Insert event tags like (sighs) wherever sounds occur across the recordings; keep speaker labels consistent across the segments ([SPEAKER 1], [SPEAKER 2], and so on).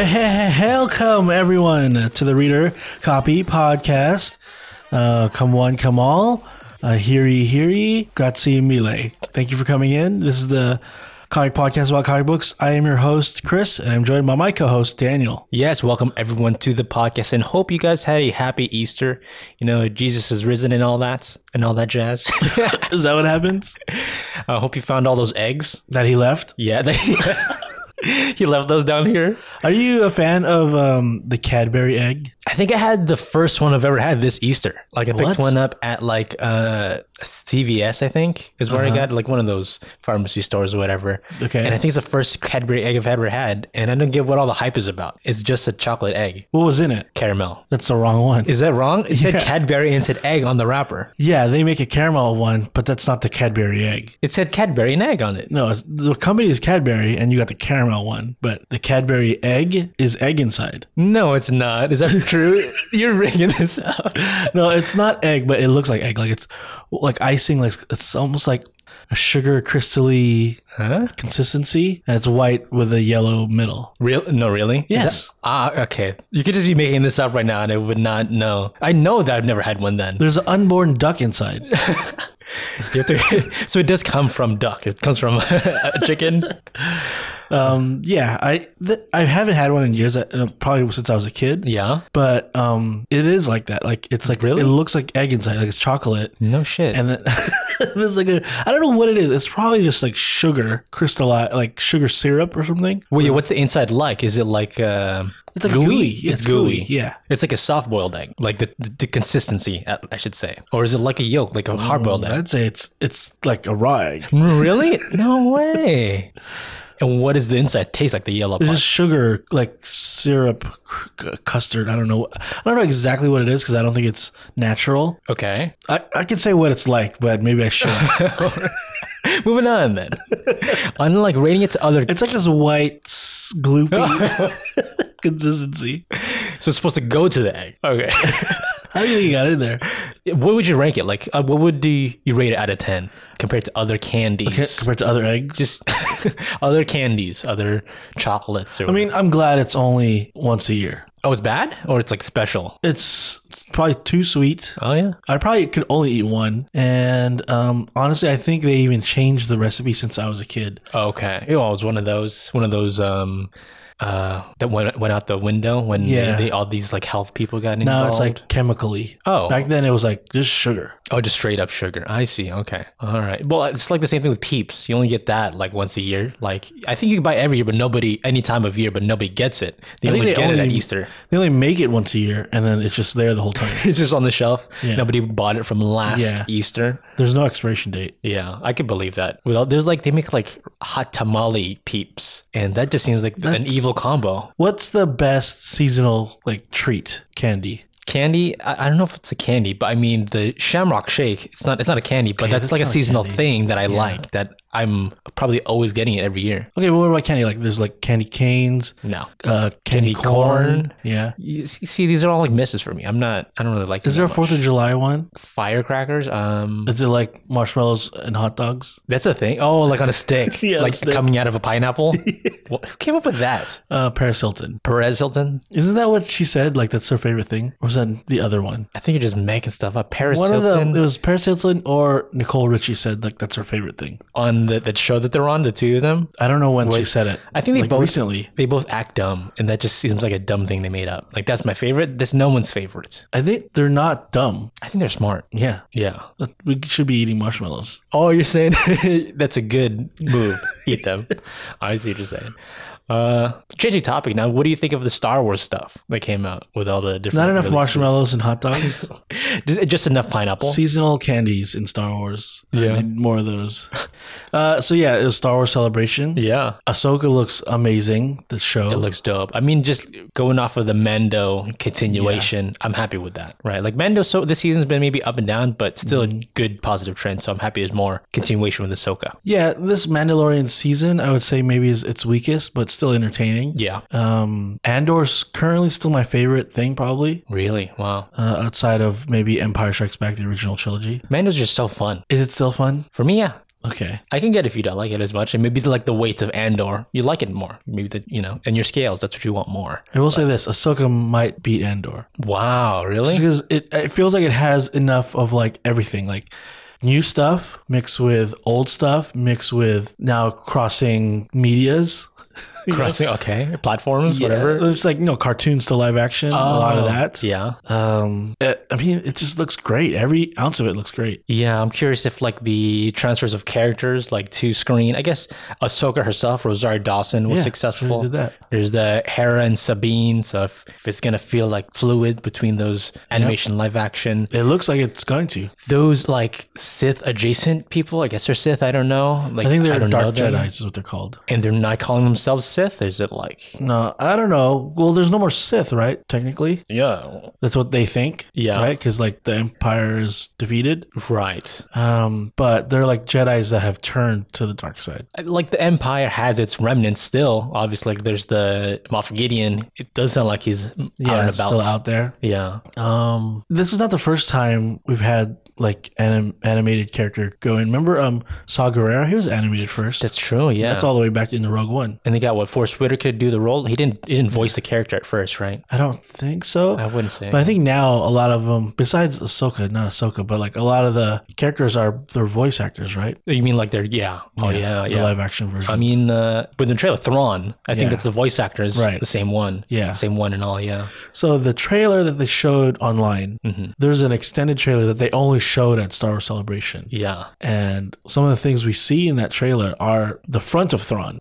[SPEAKER 1] Welcome everyone to the Reader Copy Podcast. Uh, come one, come all. Uh, heary, heary, grazie mille. Thank you for coming in. This is the comic podcast about comic books. I am your host Chris, and I'm joined by my co-host Daniel.
[SPEAKER 2] Yes, welcome everyone to the podcast and hope you guys had a happy Easter. You know, Jesus is risen and all that and all that (laughs) jazz. I
[SPEAKER 1] Is that what happens?
[SPEAKER 2] hope you found all those eggs.
[SPEAKER 1] That he left.
[SPEAKER 2] Yeah, they, (laughs) he left those down here.
[SPEAKER 1] Are you a fan of um, the Cadbury egg?
[SPEAKER 2] I think I had the first one I've ever had this Easter. Like I picked
[SPEAKER 1] What?
[SPEAKER 2] one up at like uh CVS, I think, is where I got like one of those pharmacy stores or whatever.
[SPEAKER 1] Okay.
[SPEAKER 2] And I think it's the first Cadbury egg I've ever had, and I don't get what all the hype is about. It's just a chocolate egg,
[SPEAKER 1] What was in it?
[SPEAKER 2] caramel.
[SPEAKER 1] That's the wrong one.
[SPEAKER 2] Is that wrong? It said Cadbury and it said egg on the wrapper.
[SPEAKER 1] yeah, they make a caramel one, but that's not the Cadbury egg.
[SPEAKER 2] It said Cadbury and egg on it.
[SPEAKER 1] No, it's, the company is Cadbury, and you got the caramel one, but the Cadbury egg is egg inside. (laughs)
[SPEAKER 2] No, it's not. Is that true? You're rigging this up.
[SPEAKER 1] No, it's not egg, but it looks like egg. Like it's like icing. Like it's almost like a sugar crystally
[SPEAKER 2] Huh?
[SPEAKER 1] consistency, and it's white with a yellow middle.
[SPEAKER 2] Real? No, really? Is
[SPEAKER 1] Yes.
[SPEAKER 2] that- ah, okay. You could just be making this up right now, and I would not know. I know that I've never had
[SPEAKER 1] (laughs)
[SPEAKER 2] one. Then
[SPEAKER 1] There's an unborn duck inside.
[SPEAKER 2] You have to- (laughs) so it does come from duck. It comes from (laughs) a chicken.
[SPEAKER 1] Um, yeah, I th- I haven't had one in years. uh, Probably since I was a kid.
[SPEAKER 2] Yeah.
[SPEAKER 1] But um, it is like that. Like it's like
[SPEAKER 2] Really?
[SPEAKER 1] it looks like egg inside. Like it's chocolate.
[SPEAKER 2] No shit.
[SPEAKER 1] and then (laughs) there's like a I don't know what it is. It's probably just like sugar crystallized, like sugar syrup or something.
[SPEAKER 2] Wait, what's the inside like? Is it like uh,
[SPEAKER 1] It's like gooey.
[SPEAKER 2] It's, gooey.
[SPEAKER 1] Yeah.
[SPEAKER 2] It's like a soft boiled egg, like the, the, the consistency, uh, I should say. Or is it like a yolk, like a hard boiled egg?
[SPEAKER 1] I'd say it's it's like a raw egg.
[SPEAKER 2] Really? No way. And what does the inside taste like? The yellow
[SPEAKER 1] It's
[SPEAKER 2] part.
[SPEAKER 1] just sugar, like syrup, c- c- custard. I don't know. I don't know exactly what it is because I don't think it's natural.
[SPEAKER 2] Okay.
[SPEAKER 1] I, I could say what it's like, but maybe I
[SPEAKER 2] (laughs)
[SPEAKER 1] shouldn't.
[SPEAKER 2] Moving
[SPEAKER 1] (laughs)
[SPEAKER 2] on then. Unlike rating it to other,
[SPEAKER 1] it's like this white, s- gloopy
[SPEAKER 2] (laughs)
[SPEAKER 1] consistency.
[SPEAKER 2] so it's supposed to go to the egg. Okay.
[SPEAKER 1] How do you think you got in there?
[SPEAKER 2] (laughs) what would you rank it? Like, uh, what would the, you rate it out of ten compared to other candies?
[SPEAKER 1] Ca- Compared to other eggs?
[SPEAKER 2] Just (laughs) other candies, other chocolates. Or
[SPEAKER 1] I mean, I'm glad it's only once a year.
[SPEAKER 2] oh, it's bad or it's like special.
[SPEAKER 1] It's probably too sweet.
[SPEAKER 2] Oh yeah.
[SPEAKER 1] I probably could only eat one. And um, honestly, I think they even changed the recipe since I was a kid.
[SPEAKER 2] Okay. Oh, It was one of those, one of those, um, uh, that went went out the window when they-
[SPEAKER 1] Yeah.
[SPEAKER 2] they, all these like health people got involved.
[SPEAKER 1] Now it's like chemically.
[SPEAKER 2] Oh.
[SPEAKER 1] Back then it was like just sugar.
[SPEAKER 2] Oh, just straight up sugar. I see. Okay. All right. Well, it's like the same thing with Peeps. You only get that like once a year. Like I think you can buy it every year, but nobody any time of year, but nobody gets it. They
[SPEAKER 1] I think
[SPEAKER 2] only
[SPEAKER 1] they
[SPEAKER 2] get it at
[SPEAKER 1] only-
[SPEAKER 2] Easter. (laughs)
[SPEAKER 1] They only make it once a year and then it's just there the whole time.
[SPEAKER 2] It's just on the shelf.
[SPEAKER 1] Yeah.
[SPEAKER 2] Nobody bought it from last
[SPEAKER 1] Yeah.
[SPEAKER 2] Easter.
[SPEAKER 1] There's no expiration date.
[SPEAKER 2] Yeah, I could believe that. Without there's like they make like hot tamale Peeps, and that just seems like an
[SPEAKER 1] That's-
[SPEAKER 2] evil combo.
[SPEAKER 1] What's the best seasonal like treat candy?
[SPEAKER 2] Candy. I, I don't know if it's a candy, but I mean the Shamrock Shake. It's not. It's not a candy, but that's,
[SPEAKER 1] that's
[SPEAKER 2] like a
[SPEAKER 1] not a
[SPEAKER 2] seasonal thing that I like. That I'm probably always getting it every year.
[SPEAKER 1] Okay, well, what about candy? Like there's like candy canes,
[SPEAKER 2] No.
[SPEAKER 1] uh, candy,
[SPEAKER 2] Candy
[SPEAKER 1] corn.
[SPEAKER 2] corn.
[SPEAKER 1] Yeah.
[SPEAKER 2] You see, see, these are all like misses for me. I'm not. I don't really like.
[SPEAKER 1] Is there a Fourth of July one?
[SPEAKER 2] firecrackers? Um,
[SPEAKER 1] Is it like marshmallows and hot dogs?
[SPEAKER 2] that's a thing. Oh, like on a
[SPEAKER 1] (laughs)
[SPEAKER 2] stick,
[SPEAKER 1] Yeah, on a
[SPEAKER 2] like
[SPEAKER 1] stick.
[SPEAKER 2] coming out of
[SPEAKER 1] (laughs)
[SPEAKER 2] a pineapple. What- Who came up with that?
[SPEAKER 1] Uh, Paris Hilton.
[SPEAKER 2] Perez Hilton.
[SPEAKER 1] Isn't that what she said? Like that's her favorite thing, or was that the other one?
[SPEAKER 2] I think you're just making stuff up. Paris
[SPEAKER 1] one
[SPEAKER 2] Hilton
[SPEAKER 1] of them. It was Paris Hilton or Nicole Richie said like that's her favorite thing.
[SPEAKER 2] on the that show that they're on, the two of them.
[SPEAKER 1] I don't know when she said it.
[SPEAKER 2] I think they
[SPEAKER 1] like
[SPEAKER 2] both-
[SPEAKER 1] recently.
[SPEAKER 2] They both act dumb, and that just seems like a dumb thing they made up. Like that's my favorite. That's no one's favorite.
[SPEAKER 1] I think they're not dumb.
[SPEAKER 2] I think they're smart.
[SPEAKER 1] Yeah,
[SPEAKER 2] Yeah.
[SPEAKER 1] That- we should be eating marshmallows.
[SPEAKER 2] Oh, you're saying (laughs) that's a good move. Eat them. (laughs) I see what you're saying. Uh, changing topic now. What do you think of the Star Wars stuff that came out with all the different?
[SPEAKER 1] Not enough
[SPEAKER 2] releases?
[SPEAKER 1] marshmallows and hot
[SPEAKER 2] (laughs)
[SPEAKER 1] dogs.
[SPEAKER 2] Just, just enough pineapple.
[SPEAKER 1] Seasonal candies in Star Wars.
[SPEAKER 2] Yeah.
[SPEAKER 1] I need more of those. Uh, so yeah, it was Star Wars Celebration.
[SPEAKER 2] yeah,
[SPEAKER 1] Ahsoka looks amazing. The show.
[SPEAKER 2] it looks dope. I mean, just going off of the Mando continuation, I'm happy with that. Right, like Mando. So this season's been maybe up and down, but still a
[SPEAKER 1] Mm-hmm.
[SPEAKER 2] good positive trend. So I'm happy there's more continuation with Ahsoka.
[SPEAKER 1] yeah, this Mandalorian season, I would say maybe is its weakest, but still entertaining.
[SPEAKER 2] Yeah,
[SPEAKER 1] Um, Andor's currently still my favorite thing, probably
[SPEAKER 2] really. Wow,
[SPEAKER 1] uh, outside of maybe Empire Strikes Back, the original trilogy.
[SPEAKER 2] Mando's just so fun
[SPEAKER 1] Is it still fun?
[SPEAKER 2] for me. Yeah,
[SPEAKER 1] Okay.
[SPEAKER 2] I can get if you don't like it as much, and maybe like the weights of Andor, you like it more. Maybe the you know, and your scales, that's what you want more.
[SPEAKER 1] I will say this: Ahsoka might beat Andor (laughs)
[SPEAKER 2] Wow, really?
[SPEAKER 1] because it it feels like it has enough of like everything, like new stuff mixed with old stuff mixed with now crossing medias, you know?
[SPEAKER 2] Crossing, okay, platforms, whatever.
[SPEAKER 1] Yeah. It's like you know cartoons to live action, a lot of
[SPEAKER 2] Oh,
[SPEAKER 1] that.
[SPEAKER 2] Yeah,
[SPEAKER 1] Um, it- I mean, it just looks great. Every ounce of it looks great.
[SPEAKER 2] yeah. I'm curious if like the transfers of characters, like to screen. I guess Ahsoka herself, Rosario Dawson, was
[SPEAKER 1] Yeah,
[SPEAKER 2] successful.
[SPEAKER 1] did that.
[SPEAKER 2] There's the Hera and Sabine. So if, if it's gonna feel like fluid between those animation, live action,
[SPEAKER 1] It looks like it's going to.
[SPEAKER 2] those like Sith adjacent people. I guess they're Sith. I don't know. Like
[SPEAKER 1] I think they're
[SPEAKER 2] don't
[SPEAKER 1] dark
[SPEAKER 2] know them.
[SPEAKER 1] Jedi's is what they're called.
[SPEAKER 2] and they're not calling themselves Sith. Is it like
[SPEAKER 1] No, I don't know. Well, there's no more Sith, right? Technically,
[SPEAKER 2] yeah,
[SPEAKER 1] that's what they think.
[SPEAKER 2] Yeah.
[SPEAKER 1] right, because like the Empire is defeated.
[SPEAKER 2] right?
[SPEAKER 1] Um, but they're like Jedi's that have turned to the dark side.
[SPEAKER 2] Like the Empire has its remnants still. Obviously, like there's the Moff Gideon. It does sound like he's out and
[SPEAKER 1] Yeah,
[SPEAKER 2] about.
[SPEAKER 1] Uh, it's still out there.
[SPEAKER 2] Yeah,
[SPEAKER 1] Um, this is not the first time we've had like anim- animated character go in. Remember, um, Saw Gerrera? He was animated first.
[SPEAKER 2] that's true. Yeah,
[SPEAKER 1] That's all the way back in the Rogue One.
[SPEAKER 2] And they got what Force Whitaker to do the role. He didn't. He didn't voice the character at first, right?
[SPEAKER 1] I don't think so.
[SPEAKER 2] I wouldn't say.
[SPEAKER 1] But I think now a lot of them, besides Ahsoka, not Ahsoka, but like a lot of the characters are their voice actors, right?
[SPEAKER 2] you mean like they're yeah. Oh yeah, yeah.
[SPEAKER 1] The live action version.
[SPEAKER 2] I mean, uh, with the trailer Thrawn, I
[SPEAKER 1] Yeah.
[SPEAKER 2] think that's the voice actor is
[SPEAKER 1] Right.
[SPEAKER 2] the same one.
[SPEAKER 1] Yeah.
[SPEAKER 2] same one and all. Yeah,
[SPEAKER 1] so the trailer that they showed online,
[SPEAKER 2] Mm-hmm.
[SPEAKER 1] there's an extended trailer that they only showed at Star Wars Celebration.
[SPEAKER 2] yeah.
[SPEAKER 1] And some of the things we see in that trailer are the front of
[SPEAKER 2] (laughs)
[SPEAKER 1] Thrawn.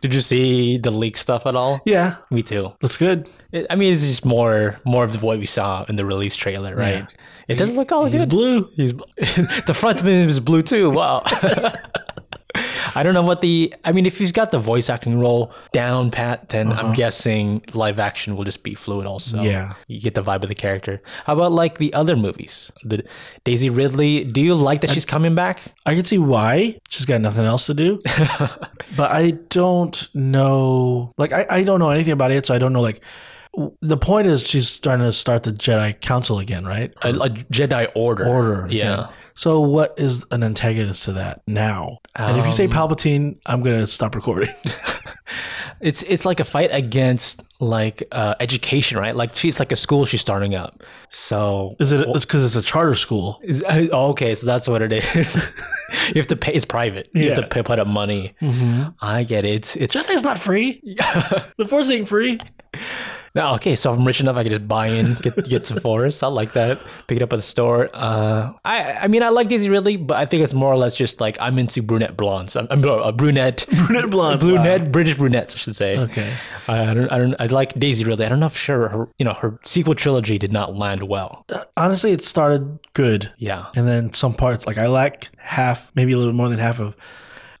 [SPEAKER 2] Did you see the leak stuff at all?
[SPEAKER 1] yeah,
[SPEAKER 2] Me too.
[SPEAKER 1] looks good.
[SPEAKER 2] It, I mean, it's just more more of what we saw in the release trailer, right?
[SPEAKER 1] Yeah.
[SPEAKER 2] It doesn't look all
[SPEAKER 1] He's
[SPEAKER 2] good.
[SPEAKER 1] blue.
[SPEAKER 2] He's (laughs) the front of him is blue too. Wow. (laughs) I don't know what the. I mean, if he's got the voice acting role down pat, then I'm guessing live action will just be fluid. Also,
[SPEAKER 1] Uh-huh. Yeah.
[SPEAKER 2] you get the vibe of the character. How about like the other movies? The Daisy Ridley. Do you like that she's coming back?
[SPEAKER 1] I can see why. She's got nothing else to
[SPEAKER 2] (laughs)
[SPEAKER 1] do. but I don't know. Like, I, I don't know anything about it, so I don't know. Like, w- the point is she's starting to start the Jedi Council again, right?
[SPEAKER 2] A, a Jedi Order.
[SPEAKER 1] Order. again.
[SPEAKER 2] Uh, Yeah.
[SPEAKER 1] So, what is an antagonist to that now? and if you
[SPEAKER 2] Um,
[SPEAKER 1] say Palpatine, I'm going to stop recording.
[SPEAKER 2] It's it's like a fight against like uh, education, right? Like she's like a school she's starting up. So
[SPEAKER 1] is it? It's because it's a charter school.
[SPEAKER 2] is, uh, oh, okay, so that's what it is. (laughs) you have to pay. It's private. You have
[SPEAKER 1] Yeah. Mm-hmm.
[SPEAKER 2] to pay, put up money. I get it. It's it's
[SPEAKER 1] Jedi's not free. the Force ain't free.
[SPEAKER 2] no, okay. So if I'm rich enough, I can just buy in, get get some forest. I like that. Pick it up at the store. Uh, I I mean I like Daisy Ridley, but I think it's more or less just like I'm into brunette blondes. I'm, I'm a brunette.
[SPEAKER 1] Brunette blondes.
[SPEAKER 2] Brunette, British brunettes, I should say.
[SPEAKER 1] Okay.
[SPEAKER 2] I, I don't, I don't, I like Daisy Ridley. I don't know if sure her, you know, her sequel trilogy did not land well.
[SPEAKER 1] Honestly, it started good.
[SPEAKER 2] Yeah.
[SPEAKER 1] and then some parts like I like half, maybe a little more than half of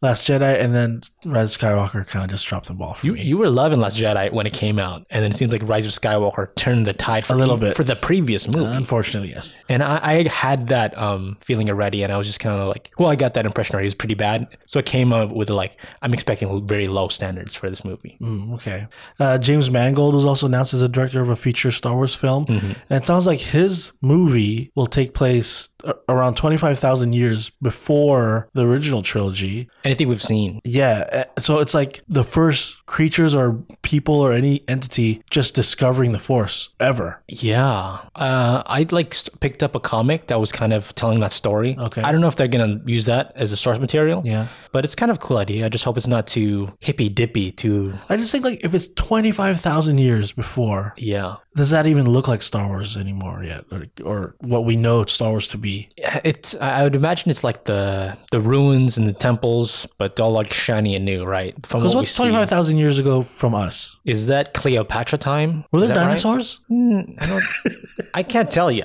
[SPEAKER 1] Last Jedi, and then Rise of Skywalker kind of just dropped the ball for
[SPEAKER 2] You,
[SPEAKER 1] me.
[SPEAKER 2] you were loving Last Jedi when it came out, and then it seems like Rise of Skywalker turned the tide for
[SPEAKER 1] A little bit. Uh-huh.
[SPEAKER 2] for the previous movie.
[SPEAKER 1] Unfortunately, yes.
[SPEAKER 2] and I, I had that um, feeling already, and I was just kind of like, well, I got that impression already. It was pretty bad, so I came up with like, I'm expecting very low standards for this movie.
[SPEAKER 1] Mm, okay. Uh, James Mangold was also announced as a director of a future Star Wars film, and it sounds like his movie will take place a- around twenty five thousand years before the original trilogy.
[SPEAKER 2] Anything we've seen,
[SPEAKER 1] Yeah, uh, so it's like the first creatures or people or any entity just discovering the Force ever.
[SPEAKER 2] Yeah, uh, I like st- picked up a comic that was kind of telling that story.
[SPEAKER 1] Okay.
[SPEAKER 2] I don't know if they're gonna use that as a source material.
[SPEAKER 1] Yeah.
[SPEAKER 2] but it's kind of a cool idea. I just hope it's not too hippy dippy. Too
[SPEAKER 1] I just think like if it's twenty five thousand years before
[SPEAKER 2] yeah,
[SPEAKER 1] does that even look like Star Wars anymore yet, or, or what we know Star Wars to be?
[SPEAKER 2] it's. I I would imagine it's like the the ruins and the temples, but all like shiny and new, right? From
[SPEAKER 1] Because
[SPEAKER 2] what we
[SPEAKER 1] what's
[SPEAKER 2] see,
[SPEAKER 1] twenty five thousand years ago from us?
[SPEAKER 2] is that Cleopatra time?
[SPEAKER 1] Were
[SPEAKER 2] Is
[SPEAKER 1] there
[SPEAKER 2] that right?
[SPEAKER 1] dinosaurs?
[SPEAKER 2] Mm, I don't. I can't tell you.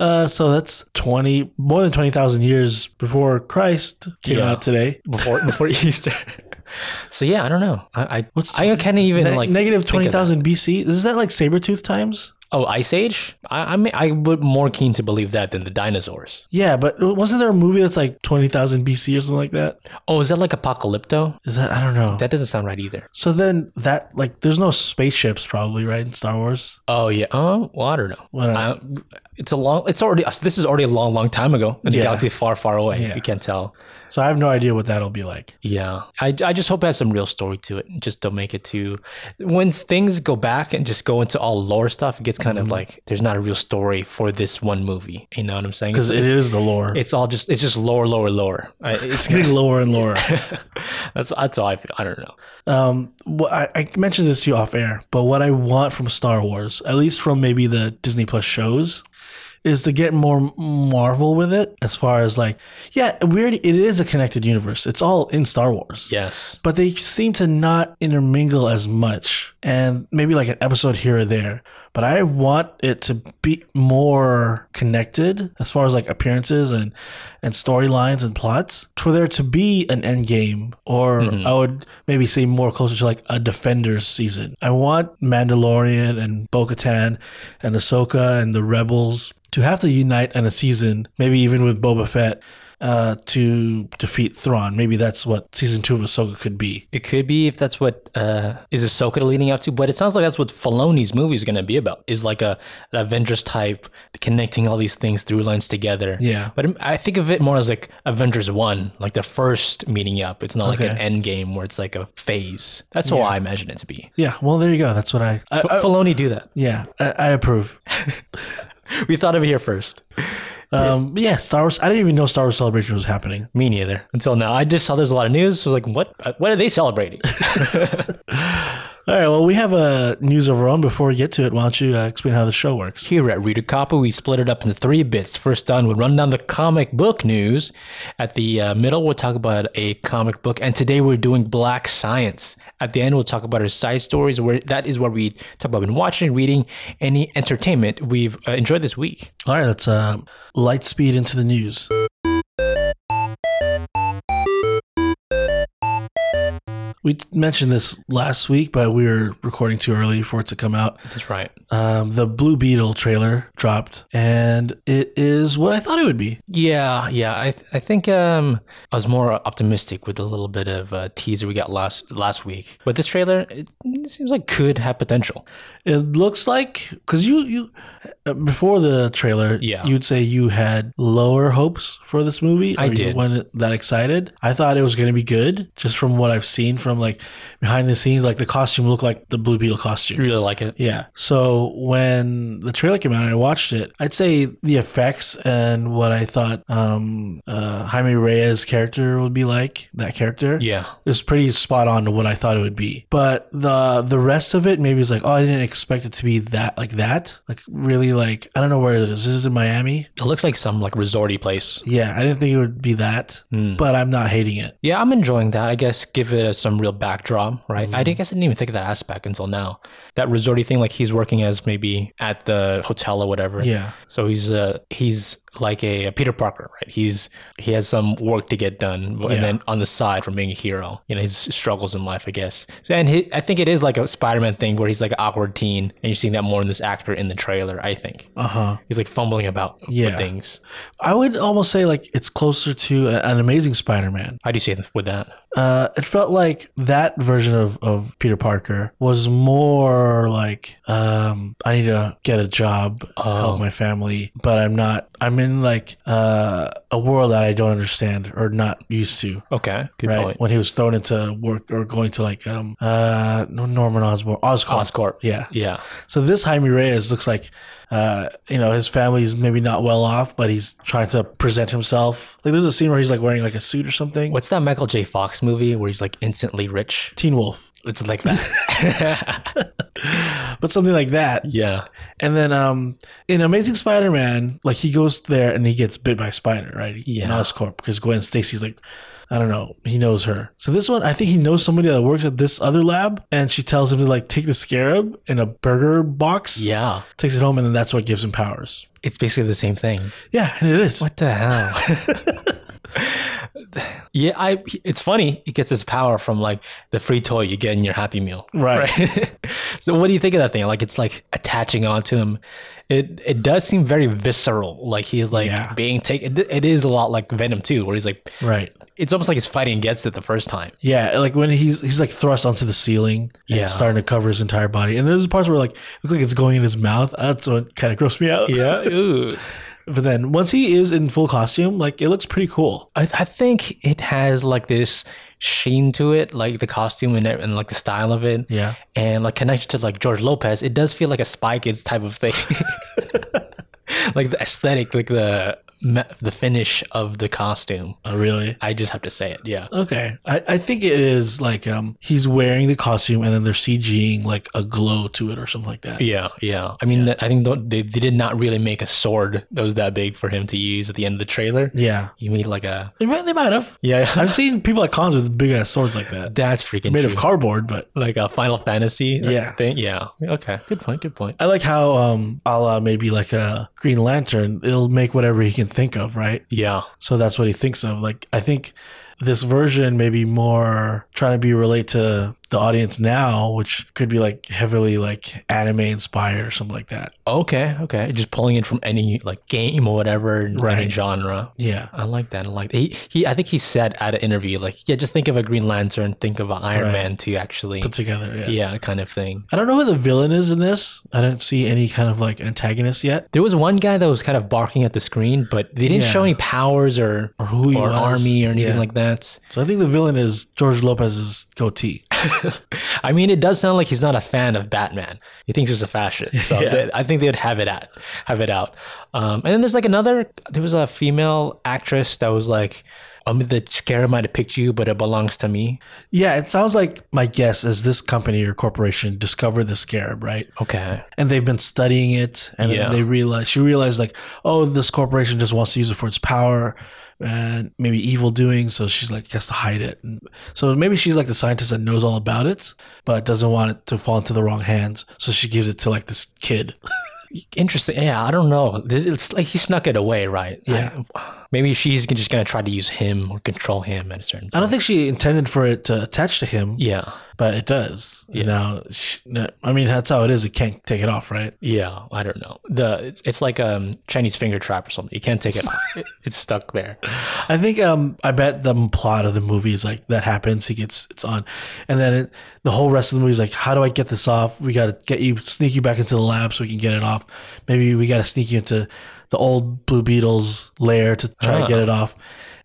[SPEAKER 1] Uh, so that's twenty more than twenty thousand years before Christ came
[SPEAKER 2] Yeah.
[SPEAKER 1] out today.
[SPEAKER 2] Before before (laughs) Easter. So yeah, I don't know. I I,
[SPEAKER 1] What's
[SPEAKER 2] I can't even
[SPEAKER 1] Ne-
[SPEAKER 2] like
[SPEAKER 1] negative
[SPEAKER 2] think
[SPEAKER 1] twenty
[SPEAKER 2] of that.
[SPEAKER 1] thousand BC. Is that like saber tooth times?
[SPEAKER 2] Oh, Ice Age? I I, mean, I would more keen to believe that than the dinosaurs.
[SPEAKER 1] Yeah, but wasn't there a movie that's like 20,000 BC or something like that?
[SPEAKER 2] Oh, is that like Apocalypto?
[SPEAKER 1] Is that, I don't know.
[SPEAKER 2] That doesn't sound right either.
[SPEAKER 1] so then that, like, there's no spaceships probably, right, in Star Wars? uh,
[SPEAKER 2] Oh yeah. Oh, well, I don't know.
[SPEAKER 1] Well, I
[SPEAKER 2] I, Uh, it's a long. It's already. uh, This is already a long, long time ago. In the
[SPEAKER 1] Yeah.
[SPEAKER 2] galaxy far, far away.
[SPEAKER 1] Yeah.
[SPEAKER 2] You can't tell.
[SPEAKER 1] So I have no idea what that'll be like.
[SPEAKER 2] Yeah. I, I just hope it has some real story to it. Just don't make it too. When things go back and just go into all lore stuff, it gets kind
[SPEAKER 1] Mm-hmm.
[SPEAKER 2] of like there's not a real story for this one movie. You know what I'm saying?
[SPEAKER 1] Because
[SPEAKER 2] It's-
[SPEAKER 1] it is the lore.
[SPEAKER 2] It's all just. It's just lore, lore, lore. I, it's,
[SPEAKER 1] (laughs) It's getting lower and
[SPEAKER 2] (laughs)
[SPEAKER 1] lower.
[SPEAKER 2] that's that's all I feel. I don't know.
[SPEAKER 1] Um, wh- I, I mentioned this to you off air, but what I want from Star Wars, at least from maybe the Disney Plus shows, is to get more Marvel with it. As far as like, yeah, weird. It is a connected universe. It's all in Star Wars.
[SPEAKER 2] Yes.
[SPEAKER 1] But they seem to not intermingle as much, and maybe like an episode here or there. But I want it to be more connected as far as like appearances and and storylines and plots for there to be an end game, or I would maybe say more closer to like a Defenders season. I want Mandalorian and Bo Katan and Ahsoka and the Rebels to have to unite in a season, maybe even with Boba Fett uh, to defeat Thrawn. Maybe that's what season two of Ahsoka could be.
[SPEAKER 2] It could be if that's what uh, is Ahsoka leading up to, but it sounds like that's what Filoni's movie is going to be about. Is like a an Avengers type connecting all these things through lines together.
[SPEAKER 1] Yeah.
[SPEAKER 2] But I think of it more as like Avengers One, like the first meeting up. It's not like an
[SPEAKER 1] Okay.
[SPEAKER 2] end game where it's like a phase. That's how I imagine it to be.
[SPEAKER 1] Yeah, well, there you go. That's what I. I-
[SPEAKER 2] F- Filoni do that.
[SPEAKER 1] yeah, I, I approve.
[SPEAKER 2] We thought of it here first.
[SPEAKER 1] Um, yeah, Star Wars. I didn't even know Star Wars Celebration was happening.
[SPEAKER 2] Me neither until now. I just saw there's a lot of news. So I was like, what? What are they celebrating?
[SPEAKER 1] All right, well, we have uh, news of our own. Before we get to it, why don't you uh, explain how the show works?
[SPEAKER 2] Here at Reader Copper, we split it up into three bits. First on, we'll run down the comic book news. At the uh, middle, we'll talk about a comic book, and today we're doing Black Science. At the end, we'll talk about our side stories. Where that is where we talk about been watching, reading, any entertainment we've uh, enjoyed this week.
[SPEAKER 1] All right, let's uh, light speed into the news. We mentioned this last week, but we were recording too early for it to come out.
[SPEAKER 2] That's right.
[SPEAKER 1] Um, the Blue Beetle trailer dropped, and it is what I thought it would be.
[SPEAKER 2] Yeah, yeah. I th- I think um I was more optimistic with a little bit of uh, teaser we got last last week, but this trailer it, it seems like could have potential.
[SPEAKER 1] It looks like because you you uh, before the trailer,
[SPEAKER 2] Yeah.
[SPEAKER 1] you'd say you had lower hopes for this movie.
[SPEAKER 2] I
[SPEAKER 1] or you
[SPEAKER 2] did.
[SPEAKER 1] weren't that excited. I thought it was going to be good, just from what I've seen from like behind the scenes. Like the costume looked like the Blue Beetle costume.
[SPEAKER 2] Really like it.
[SPEAKER 1] Yeah. So when the trailer came out and I watched it, I'd say the effects and what I thought um, uh, Jaime Reyes' character would be like, that character,
[SPEAKER 2] Yeah.
[SPEAKER 1] is pretty spot on to what I thought it would be. But the the rest of it maybe is like, oh, I didn't expect it to be that like that. Like really like I don't know where it is. This is in Miami.
[SPEAKER 2] It looks like some like resorty place.
[SPEAKER 1] Yeah, I didn't think it would be that, but I'm not hating it.
[SPEAKER 2] Yeah, I'm enjoying that. I guess give it some real backdrop, right?
[SPEAKER 1] Mm-hmm.
[SPEAKER 2] I didn't guess I didn't even think of that aspect until now. That resorty thing, like he's working as maybe at the hotel or whatever.
[SPEAKER 1] Yeah.
[SPEAKER 2] So he's uh he's like a, a Peter Parker, right? He's he has some work to get done, and
[SPEAKER 1] Yeah.
[SPEAKER 2] then on the side from being a hero, you know, his struggles in life, I guess. So and he, I think it is like a Spider-Man thing where he's like an awkward teen, and you're seeing that more in this actor in the trailer. I think
[SPEAKER 1] Uh huh.
[SPEAKER 2] he's like fumbling about with
[SPEAKER 1] Yeah.
[SPEAKER 2] things.
[SPEAKER 1] I would almost say like it's closer to a- an Amazing Spider-Man.
[SPEAKER 2] How do you say th- with that?
[SPEAKER 1] Uh, it felt like that version of, of Peter Parker was more like um, I need to get a job,
[SPEAKER 2] Oh.
[SPEAKER 1] help my family, but I'm not. I'm in like uh, a world that I don't understand or not used to.
[SPEAKER 2] Okay, good
[SPEAKER 1] right
[SPEAKER 2] point.
[SPEAKER 1] when he was thrown into work or going to like um uh no Norman Osborn Oscorp.
[SPEAKER 2] Oscorp.
[SPEAKER 1] yeah.
[SPEAKER 2] Yeah.
[SPEAKER 1] So this Jaime Reyes looks like uh you know his family's maybe not well off, but he's trying to present himself. Like there's a scene where he's like wearing like a suit or something.
[SPEAKER 2] What's that Michael J. Fox movie where he's like instantly rich?
[SPEAKER 1] Teen Wolf,
[SPEAKER 2] It's like that.
[SPEAKER 1] but something like that.
[SPEAKER 2] (laughs) yeah.
[SPEAKER 1] And then um in Amazing Spider-Man, like he goes there and he gets bit by a spider, right?
[SPEAKER 2] Yeah.
[SPEAKER 1] In Oscorp because Gwen Stacy's like I don't know. He knows her. So this one, I think he knows somebody that works at this other lab, and she tells him to like take the scarab in a burger box.
[SPEAKER 2] Yeah.
[SPEAKER 1] takes it home, and then that's what gives him powers.
[SPEAKER 2] It's basically the same thing.
[SPEAKER 1] Yeah, and it is.
[SPEAKER 2] What the hell? (laughs) Yeah, I. It's funny. He gets his power from like the free toy you get in your Happy Meal.
[SPEAKER 1] Right.
[SPEAKER 2] (laughs) so what do you think of that thing? Like it's like attaching onto him. It it does seem very visceral. Like he's like
[SPEAKER 1] Yeah.
[SPEAKER 2] being taken. It, it is a lot like Venom too, where he's like.
[SPEAKER 1] Right.
[SPEAKER 2] It's almost like he's fighting against it the first time.
[SPEAKER 1] Yeah, like when he's he's like thrust onto the ceiling and
[SPEAKER 2] Yeah.
[SPEAKER 1] it's starting to cover his entire body. And there's parts where like looks like it's going in his mouth. That's what kind of grossed me out.
[SPEAKER 2] Yeah. Ooh.
[SPEAKER 1] But then once he is in full costume, like it looks pretty cool.
[SPEAKER 2] I, I think it has like this sheen to it, like the costume and, and like the style of it.
[SPEAKER 1] Yeah.
[SPEAKER 2] And like connection to like George Lopez, it does feel like a Spy Kids type of thing. (laughs) like the aesthetic, like the me- the finish of the costume.
[SPEAKER 1] Oh, really?
[SPEAKER 2] I just have to say it. Yeah.
[SPEAKER 1] Okay. I, I think it is like um he's wearing the costume and then they're CGing like a glow to it or something like that.
[SPEAKER 2] Yeah, yeah. I mean, I think th- they, they did not really make a sword that was that big for him to use at the end of the trailer.
[SPEAKER 1] Yeah.
[SPEAKER 2] You made like a
[SPEAKER 1] They might they might have.
[SPEAKER 2] yeah.
[SPEAKER 1] I've seen people at cons with big ass swords like that.
[SPEAKER 2] (laughs) That's freaking
[SPEAKER 1] Made of
[SPEAKER 2] true.
[SPEAKER 1] cardboard, but
[SPEAKER 2] like a Final Fantasy.
[SPEAKER 1] Yeah.
[SPEAKER 2] thing. Yeah. Okay. Good point. Good point.
[SPEAKER 1] I like how um a la maybe like a Green Lantern, it'll make whatever he can think of, right?
[SPEAKER 2] Yeah.
[SPEAKER 1] So that's what he thinks of. Like I think this version may be more trying to be relate to the audience now, which could be like heavily like anime inspired or something like that.
[SPEAKER 2] Okay, okay. Just pulling it from any like game or whatever, and any
[SPEAKER 1] Right.
[SPEAKER 2] genre.
[SPEAKER 1] Yeah.
[SPEAKER 2] I like that. I like that. He, he. I think he said at an interview, like, yeah, just think of a Green Lantern, think of an Iron
[SPEAKER 1] Right.
[SPEAKER 2] Man too, actually.
[SPEAKER 1] Put together. Yeah.
[SPEAKER 2] yeah, kind of thing.
[SPEAKER 1] I don't know who the villain is in this. I don't see any kind of like antagonist yet
[SPEAKER 2] There was one guy that was kind of barking at the screen, but they didn't
[SPEAKER 1] Yeah.
[SPEAKER 2] show any powers or
[SPEAKER 1] or who he
[SPEAKER 2] or
[SPEAKER 1] was.
[SPEAKER 2] army or anything
[SPEAKER 1] Yeah.
[SPEAKER 2] like that.
[SPEAKER 1] So I think the villain is George Lopez's goatee.
[SPEAKER 2] I mean, it does sound like he's not a fan of Batman. He thinks he's a fascist. So
[SPEAKER 1] (laughs) Yeah.
[SPEAKER 2] they- I think they'd have it at have it out. Um, and then there's like another. There was a female actress that was like, "I'm the scare might have picked you, but it belongs to me."
[SPEAKER 1] Yeah, it sounds like my guess is this company or corporation discovered the scarab, right?
[SPEAKER 2] Okay.
[SPEAKER 1] and they've been studying it and then
[SPEAKER 2] Yeah.
[SPEAKER 1] they realize she realized like oh this corporation just wants to use it for its power and maybe evil doing so she's like has to hide it and so maybe she's like the scientist that knows all about it but doesn't want it to fall into the wrong hands so she gives it to like this kid
[SPEAKER 2] Interesting. Yeah, I don't know. It's like he snuck it away, right?
[SPEAKER 1] Yeah.
[SPEAKER 2] I- maybe she's just gonna try to use him or control him at a certain.
[SPEAKER 1] i don't think she intended for it to attach to him
[SPEAKER 2] Yeah.
[SPEAKER 1] but it does you know she, no, i mean that's how it is it can't take it off right
[SPEAKER 2] Yeah, I don't know. The it's, it's like um Chinese finger trap or something. You can't take it off. It- it's stuck there.
[SPEAKER 1] I think um I bet the plot of the movie is like that happens. He gets it's on, and then it, the whole rest of the movie is like, how do I get this off? We got to get you sneak you back into the lab so we can get it off. Maybe we got to sneak you into the old Blue Beetle's lair to try
[SPEAKER 2] Huh.
[SPEAKER 1] to get it off.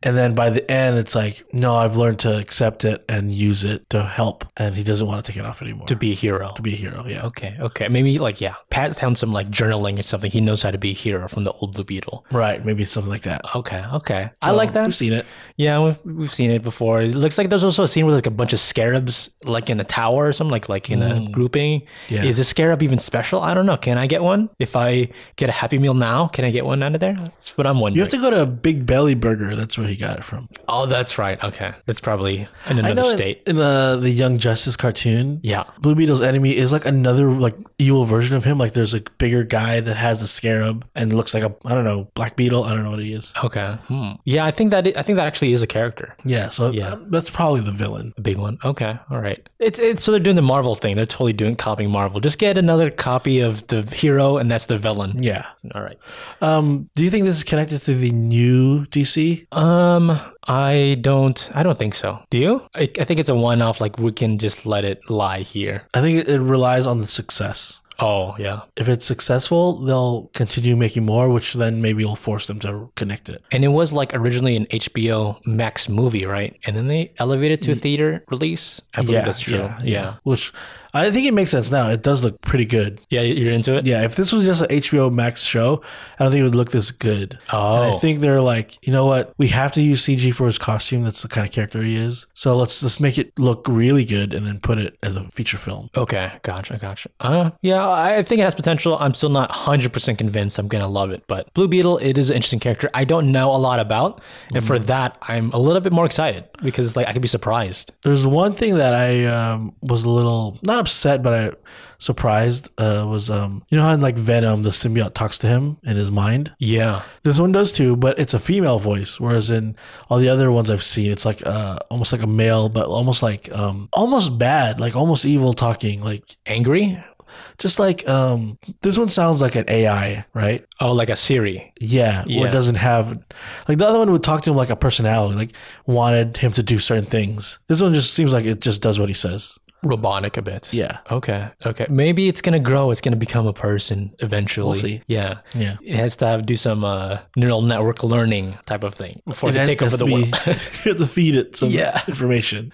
[SPEAKER 1] And then by the end, it's like, no, I've learned to accept it and use it to help. And he doesn't want to take it off anymore.
[SPEAKER 2] To be a hero.
[SPEAKER 1] be a hero, yeah.
[SPEAKER 2] Okay, okay. Maybe like yeah, Pat found some like journaling or something. He knows how to be a hero from the old Blue Beetle.
[SPEAKER 1] Right, maybe something like that.
[SPEAKER 2] Okay, okay. I like
[SPEAKER 1] We've
[SPEAKER 2] that.
[SPEAKER 1] seen it.
[SPEAKER 2] Yeah, we've, we've seen it before. It looks like there's also a scene with like a bunch of scarabs like in a tower or something like like in a grouping.
[SPEAKER 1] Mm. Yeah.
[SPEAKER 2] Is a scarab even special? I don't know. Can I get one? If I get a happy meal now, can I get one out of there? That's what I'm
[SPEAKER 1] You
[SPEAKER 2] wondering.
[SPEAKER 1] have to go to Big Belly Burger. That's where he got it from.
[SPEAKER 2] oh, that's right. Okay. That's probably in
[SPEAKER 1] I
[SPEAKER 2] another
[SPEAKER 1] know in-
[SPEAKER 2] state.
[SPEAKER 1] in uh, the the Young Justice cartoon,
[SPEAKER 2] yeah.
[SPEAKER 1] Blue Beetle's enemy is like another like evil version of him. Like there's a bigger guy that has a scarab and looks like a I don't know black beetle. I don't know what he is.
[SPEAKER 2] Okay. Hmm. Yeah, I think that it, I think that actually is a character.
[SPEAKER 1] Yeah, so
[SPEAKER 2] Yeah.
[SPEAKER 1] th- that's probably the villain.
[SPEAKER 2] A big one. Okay. All right. It's it's so they're doing the Marvel thing. They're totally doing copying Marvel. Just get another copy of the hero and that's the villain.
[SPEAKER 1] Yeah.
[SPEAKER 2] All right.
[SPEAKER 1] Um. Do you think this is connected to the new DC?
[SPEAKER 2] Um I don't I don't think so. Do you? I, I think it's a one off like we can just let it lie here.
[SPEAKER 1] I think it, it relies on the success.
[SPEAKER 2] Oh, yeah.
[SPEAKER 1] If it's successful, they'll continue making more, which then maybe will force them to connect it.
[SPEAKER 2] And it was like originally an HBO Max movie, right? And then they elevated to a theater release. I believe that's true.
[SPEAKER 1] yeah,
[SPEAKER 2] yeah.
[SPEAKER 1] Which I think it makes sense now. It does look pretty good.
[SPEAKER 2] Yeah, you're into it?
[SPEAKER 1] Yeah, if this was just an HBO Max show, I don't think it would look this good.
[SPEAKER 2] Oh.
[SPEAKER 1] And I think they're like, you know what? We have to use CG for his costume. That's the kind of character he is. So let's let's make it look really good and then put it as a feature film.
[SPEAKER 2] Okay, gotcha, gotcha. Uh, yeah, know, I think it has potential. I'm still not 100% convinced I'm going to love it, but Blue Beetle, it is an interesting character I don't know a lot about. And for
[SPEAKER 1] Mm-hmm.
[SPEAKER 2] that, I'm a little bit more excited because it's like I could be surprised.
[SPEAKER 1] There's one thing that I um, was a little not upset, but I surprised uh, was um, you know how in like Venom the symbiote talks to him in his mind.
[SPEAKER 2] Yeah.
[SPEAKER 1] This one does too, but it's a female voice, whereas in all the other ones I've seen, it's like uh, almost like a male, but almost like um, almost bad, like almost evil talking, like
[SPEAKER 2] Angry?
[SPEAKER 1] just like um, this one sounds like an AI, right?
[SPEAKER 2] Oh, like a Siri.
[SPEAKER 1] Yeah, or
[SPEAKER 2] Yeah.
[SPEAKER 1] it doesn't have like the other one would talk to him like a personality, like wanted him to do certain things. This one just seems like it just does what he says.
[SPEAKER 2] Robotic a bit.
[SPEAKER 1] Yeah.
[SPEAKER 2] Okay. Okay. Maybe it's gonna grow. It's gonna become a person eventually.
[SPEAKER 1] We'll see.
[SPEAKER 2] Yeah.
[SPEAKER 1] Yeah.
[SPEAKER 2] It has to have do some uh, neural network learning type of thing before
[SPEAKER 1] It
[SPEAKER 2] they take
[SPEAKER 1] has
[SPEAKER 2] over
[SPEAKER 1] to
[SPEAKER 2] the
[SPEAKER 1] be-
[SPEAKER 2] world.
[SPEAKER 1] (laughs) you have to feed it some
[SPEAKER 2] Yeah.
[SPEAKER 1] information.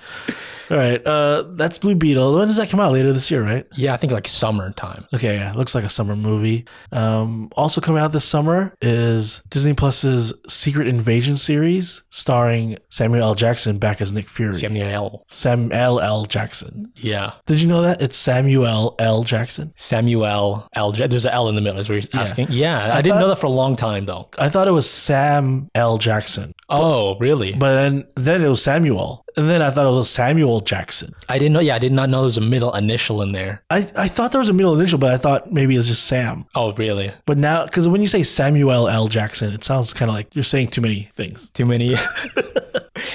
[SPEAKER 1] All right. Uh, that's Blue Beetle. When does that come out? Later this year, right?
[SPEAKER 2] (laughs) yeah, I think like summertime.
[SPEAKER 1] Okay, yeah, looks like a summer movie. Um, also coming out this summer is Disney Plus's Secret Invasion series, starring Samuel L. Jackson back as Nick Fury.
[SPEAKER 2] Samuel.
[SPEAKER 1] Samuel L. Jackson.
[SPEAKER 2] Yeah.
[SPEAKER 1] Did you know that it's Samuel L. Jackson?
[SPEAKER 2] Samuel L. J- There's an L in the middle. Is what you're asking. Yeah, I, didn't know that for a long time though.
[SPEAKER 1] I thought it was Sam L. Jackson,
[SPEAKER 2] Oh, really?
[SPEAKER 1] but then then it was Samuel, and then I thought it was Samuel Jackson.
[SPEAKER 2] I didn't know. Yeah, I did not know there was a middle initial in there.
[SPEAKER 1] I, I thought there was a middle initial, but I thought maybe it's just Sam.
[SPEAKER 2] Oh, really?
[SPEAKER 1] But now, because when you say Samuel L. Jackson, it sounds kind of like you're saying too many things.
[SPEAKER 2] Too many.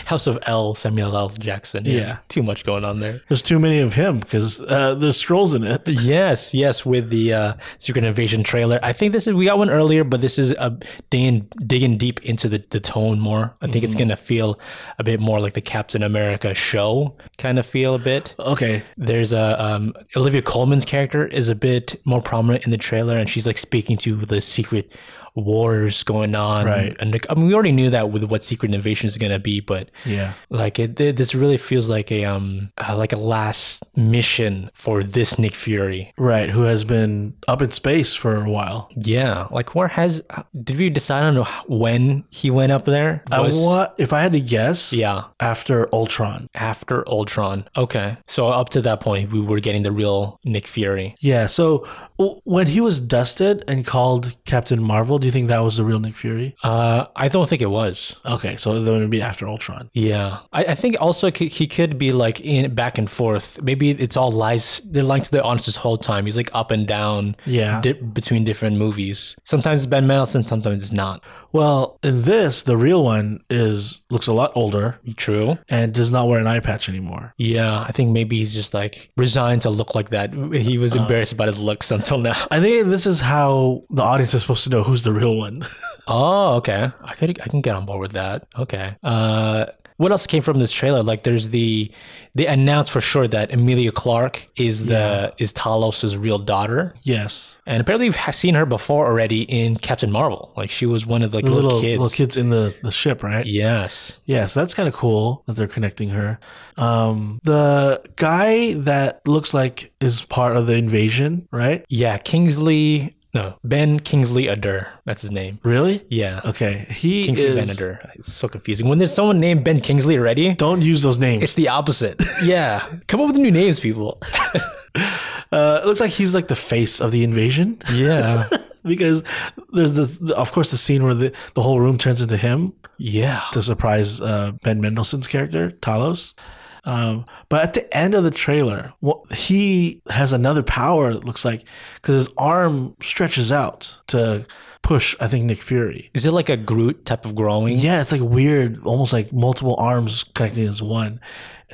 [SPEAKER 2] House of L. Samuel L. Jackson.
[SPEAKER 1] Yeah.
[SPEAKER 2] Too much going on there.
[SPEAKER 1] There's too many of him because uh, there's scrolls in it.
[SPEAKER 2] Yes, yes, with the uh, Secret Invasion trailer. I think this is we got one earlier, but this is uh, digging digging deep into the, the tone more. I think it's gonna feel a bit more like the Captain America show kind of feel a bit.
[SPEAKER 1] Okay,
[SPEAKER 2] There's a um, Olivia Coleman's character is a bit more prominent in the trailer, and she's like speaking to the secret wars going on.
[SPEAKER 1] Right.
[SPEAKER 2] And like, I mean, we already knew that with what Secret Invasion is gonna be, but
[SPEAKER 1] yeah,
[SPEAKER 2] like it, th- this really feels like a um uh, like a last mission for this Nick Fury.
[SPEAKER 1] right. Who has been up in space for a while?
[SPEAKER 2] Yeah, like where has did we decide on h- when he went up there? Was-
[SPEAKER 1] I wa- if I had to guess,
[SPEAKER 2] yeah,
[SPEAKER 1] after Ultron.
[SPEAKER 2] after Ultron. Okay, so up to that point, we were getting the real Nick Fury.
[SPEAKER 1] Yeah. So w- when he was dusted and called Captain Marvel, do you think that was the real Nick Fury?
[SPEAKER 2] Uh, I don't think it was.
[SPEAKER 1] Okay, so then it would be after Ultron.
[SPEAKER 2] Yeah, I, I think also c- he could be like in back and forth. Maybe it's all lies. They're lying to their audience this whole time. He's like up and down
[SPEAKER 1] Yeah.
[SPEAKER 2] di- between different movies. Sometimes it's Ben Mendelsohn, sometimes it's not.
[SPEAKER 1] Well, in this, the real one is looks a lot older
[SPEAKER 2] True.
[SPEAKER 1] and does not wear an eye patch anymore.
[SPEAKER 2] Yeah, I think maybe he's just like resigned to look like that. He was embarrassed about his looks (laughs) until now.
[SPEAKER 1] I think this is how the audience is supposed to know who's the real one. (laughs)
[SPEAKER 2] Oh, okay. I could I can get on board with that. Okay. Uh what else came from this trailer? Like there's the they announced for sure that Amelia Clark is the is Talos's real daughter.
[SPEAKER 1] yes.
[SPEAKER 2] And apparently we've ha- seen her before already in Captain Marvel. Like she was one of like
[SPEAKER 1] The
[SPEAKER 2] little,
[SPEAKER 1] little
[SPEAKER 2] kids.
[SPEAKER 1] little kids in the, the ship, right?
[SPEAKER 2] Yes.
[SPEAKER 1] Yeah, so that's kind of cool that they're connecting her. Um, the guy that looks like is part of the invasion, right?
[SPEAKER 2] Yeah, Kingsley no, Ben Kingsley Adur. That's his name.
[SPEAKER 1] Really?
[SPEAKER 2] Yeah.
[SPEAKER 1] Okay, he
[SPEAKER 2] Kingsley Ben
[SPEAKER 1] Uh, is.
[SPEAKER 2] Adur. It's so confusing. When there's someone named Ben Kingsley already,
[SPEAKER 1] Don't use those names.
[SPEAKER 2] (laughs) it's
[SPEAKER 1] (laughs)
[SPEAKER 2] the opposite. Yeah. Come up with new names, people.
[SPEAKER 1] Uh, it looks like he's like the face of the invasion (laughs)
[SPEAKER 2] Yeah.
[SPEAKER 1] because there's the, the of course the scene where the, the whole room turns into him
[SPEAKER 2] (laughs) yeah.
[SPEAKER 1] to surprise uh, Ben Mendelsohn's character Talos. Um, but at the end of the trailer, wha- he has another power. It looks like because his arm stretches out to push. I think Nick Fury.
[SPEAKER 2] Is it like a Groot type of growing?
[SPEAKER 1] Yeah, it's like weird, almost like multiple arms connecting as one.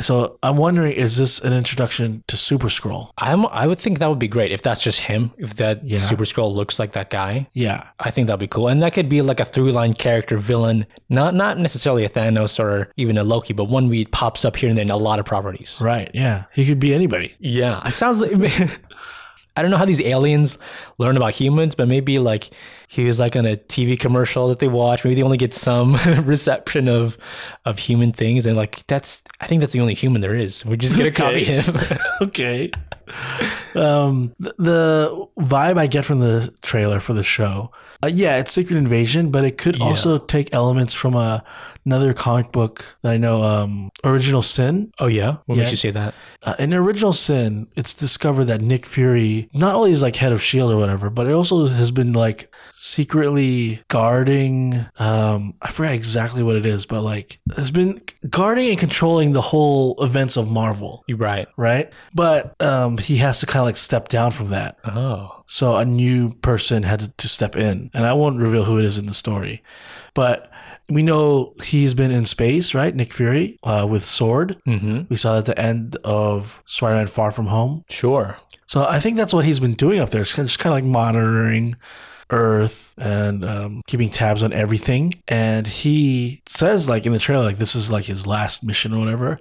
[SPEAKER 1] So I'm wondering, is this an introduction to Super Scroll?
[SPEAKER 2] I'm, I would think that would be great if that's just him. If that
[SPEAKER 1] Yeah.
[SPEAKER 2] Super Scroll looks like that guy,
[SPEAKER 1] Yeah,
[SPEAKER 2] I think that'd be cool. And that could be like a through line character villain, not not necessarily a Thanos or even a Loki, but one we pops up here and there in a lot of properties.
[SPEAKER 1] right. Yeah, he could be anybody.
[SPEAKER 2] Yeah, it sounds like. (laughs) I don't know how these aliens learn about humans, but maybe like he was like on a TV commercial that they watch. Maybe they only get some (laughs) reception of of human things, and like that's I think that's the only human there is. We're just gonna copy
[SPEAKER 1] Okay.
[SPEAKER 2] him. (laughs)
[SPEAKER 1] (laughs) okay. Um, th- the vibe I get from the trailer for the show, uh, yeah, it's Secret uh, Invasion, but it could also take elements from a, another comic book that I know. Um, Original Sin.
[SPEAKER 2] Oh yeah, what
[SPEAKER 1] Yeah.
[SPEAKER 2] makes you say that?
[SPEAKER 1] Uh, in Original Sin, it's discovered that Nick Fury not only is like head of Shield E or whatever, but it also has been like secretly guarding. Um, I forget exactly what it is, but like has been guarding and controlling the whole events of Marvel,
[SPEAKER 2] You're right.
[SPEAKER 1] right? But um, he has to kind of like step down from that.
[SPEAKER 2] Oh,
[SPEAKER 1] So a new person had to, to step in, and I won't reveal who it is in the story, but we know he's been in space, right? Nick Fury uh, with Sword.
[SPEAKER 2] mm-hmm.
[SPEAKER 1] We saw at the end of Spider-Man: Far From Home.
[SPEAKER 2] sure.
[SPEAKER 1] So I think that's what he's been doing up there. It's kind of- just kind of like monitoring Earth and um, keeping tabs on everything. And he says, like in the trailer, like this is like his last mission or whatever.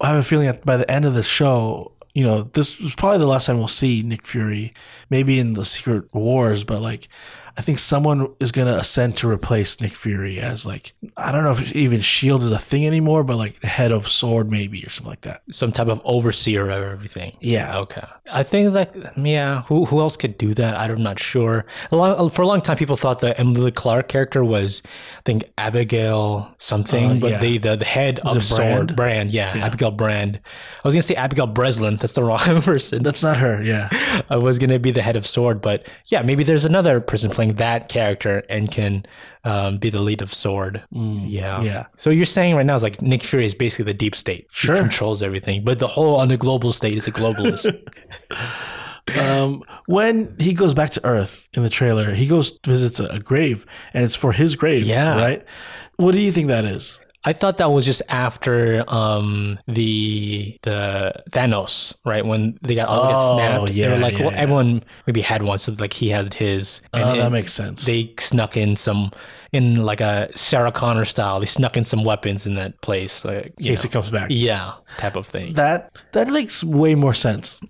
[SPEAKER 1] I have a feeling that by the end of the show, you know, this is probably the last time we'll see Nick Fury. Maybe in the Secret Wars, but like. I think someone is gonna ascend to replace Nick Fury as like I don't know if even Shield is a thing anymore, but like the head of Sword E maybe or something like that.
[SPEAKER 2] Some type of overseer of everything.
[SPEAKER 1] Yeah,
[SPEAKER 2] Okay. I think like yeah, who who else could do that? I'm not sure. A long, for a long time, people thought the Emily Clark character was, I think Abigail something,
[SPEAKER 1] Uh,
[SPEAKER 2] but
[SPEAKER 1] yeah.
[SPEAKER 2] the, the the head
[SPEAKER 1] Was
[SPEAKER 2] of
[SPEAKER 1] it Brand?
[SPEAKER 2] Sword Brand, yeah, Abigail Brand. I was gonna say Abigail Breslin. That's the wrong (laughs) person.
[SPEAKER 1] that's not her. Yeah,
[SPEAKER 2] I was gonna be the head of Sword, but yeah, maybe there's another person playing that character and can um, be the lead of Sword. yeah.
[SPEAKER 1] Mm, yeah.
[SPEAKER 2] So you're saying right now is like Nick Fury is basically the deep state.
[SPEAKER 1] Sure.
[SPEAKER 2] He controls everything, but the whole on the global state is a globalist.
[SPEAKER 1] Um, when he goes back to Earth in the trailer, he goes visits a, a grave, and it's for his grave.
[SPEAKER 2] Yeah.
[SPEAKER 1] right. What do you think that is?
[SPEAKER 2] I thought that was just after um, the the Thanos, right? When they got all
[SPEAKER 1] Oh,
[SPEAKER 2] got snapped, they
[SPEAKER 1] yeah,
[SPEAKER 2] were like
[SPEAKER 1] yeah,
[SPEAKER 2] well,
[SPEAKER 1] yeah.
[SPEAKER 2] everyone maybe had one, so like he had his, and
[SPEAKER 1] Uh,
[SPEAKER 2] it-
[SPEAKER 1] that makes sense.
[SPEAKER 2] they snuck in some in like a Sarah Connor style. They snuck in some weapons in that place, like
[SPEAKER 1] in
[SPEAKER 2] you
[SPEAKER 1] case
[SPEAKER 2] know,
[SPEAKER 1] it comes back,
[SPEAKER 2] yeah, type of thing.
[SPEAKER 1] that that makes way more sense.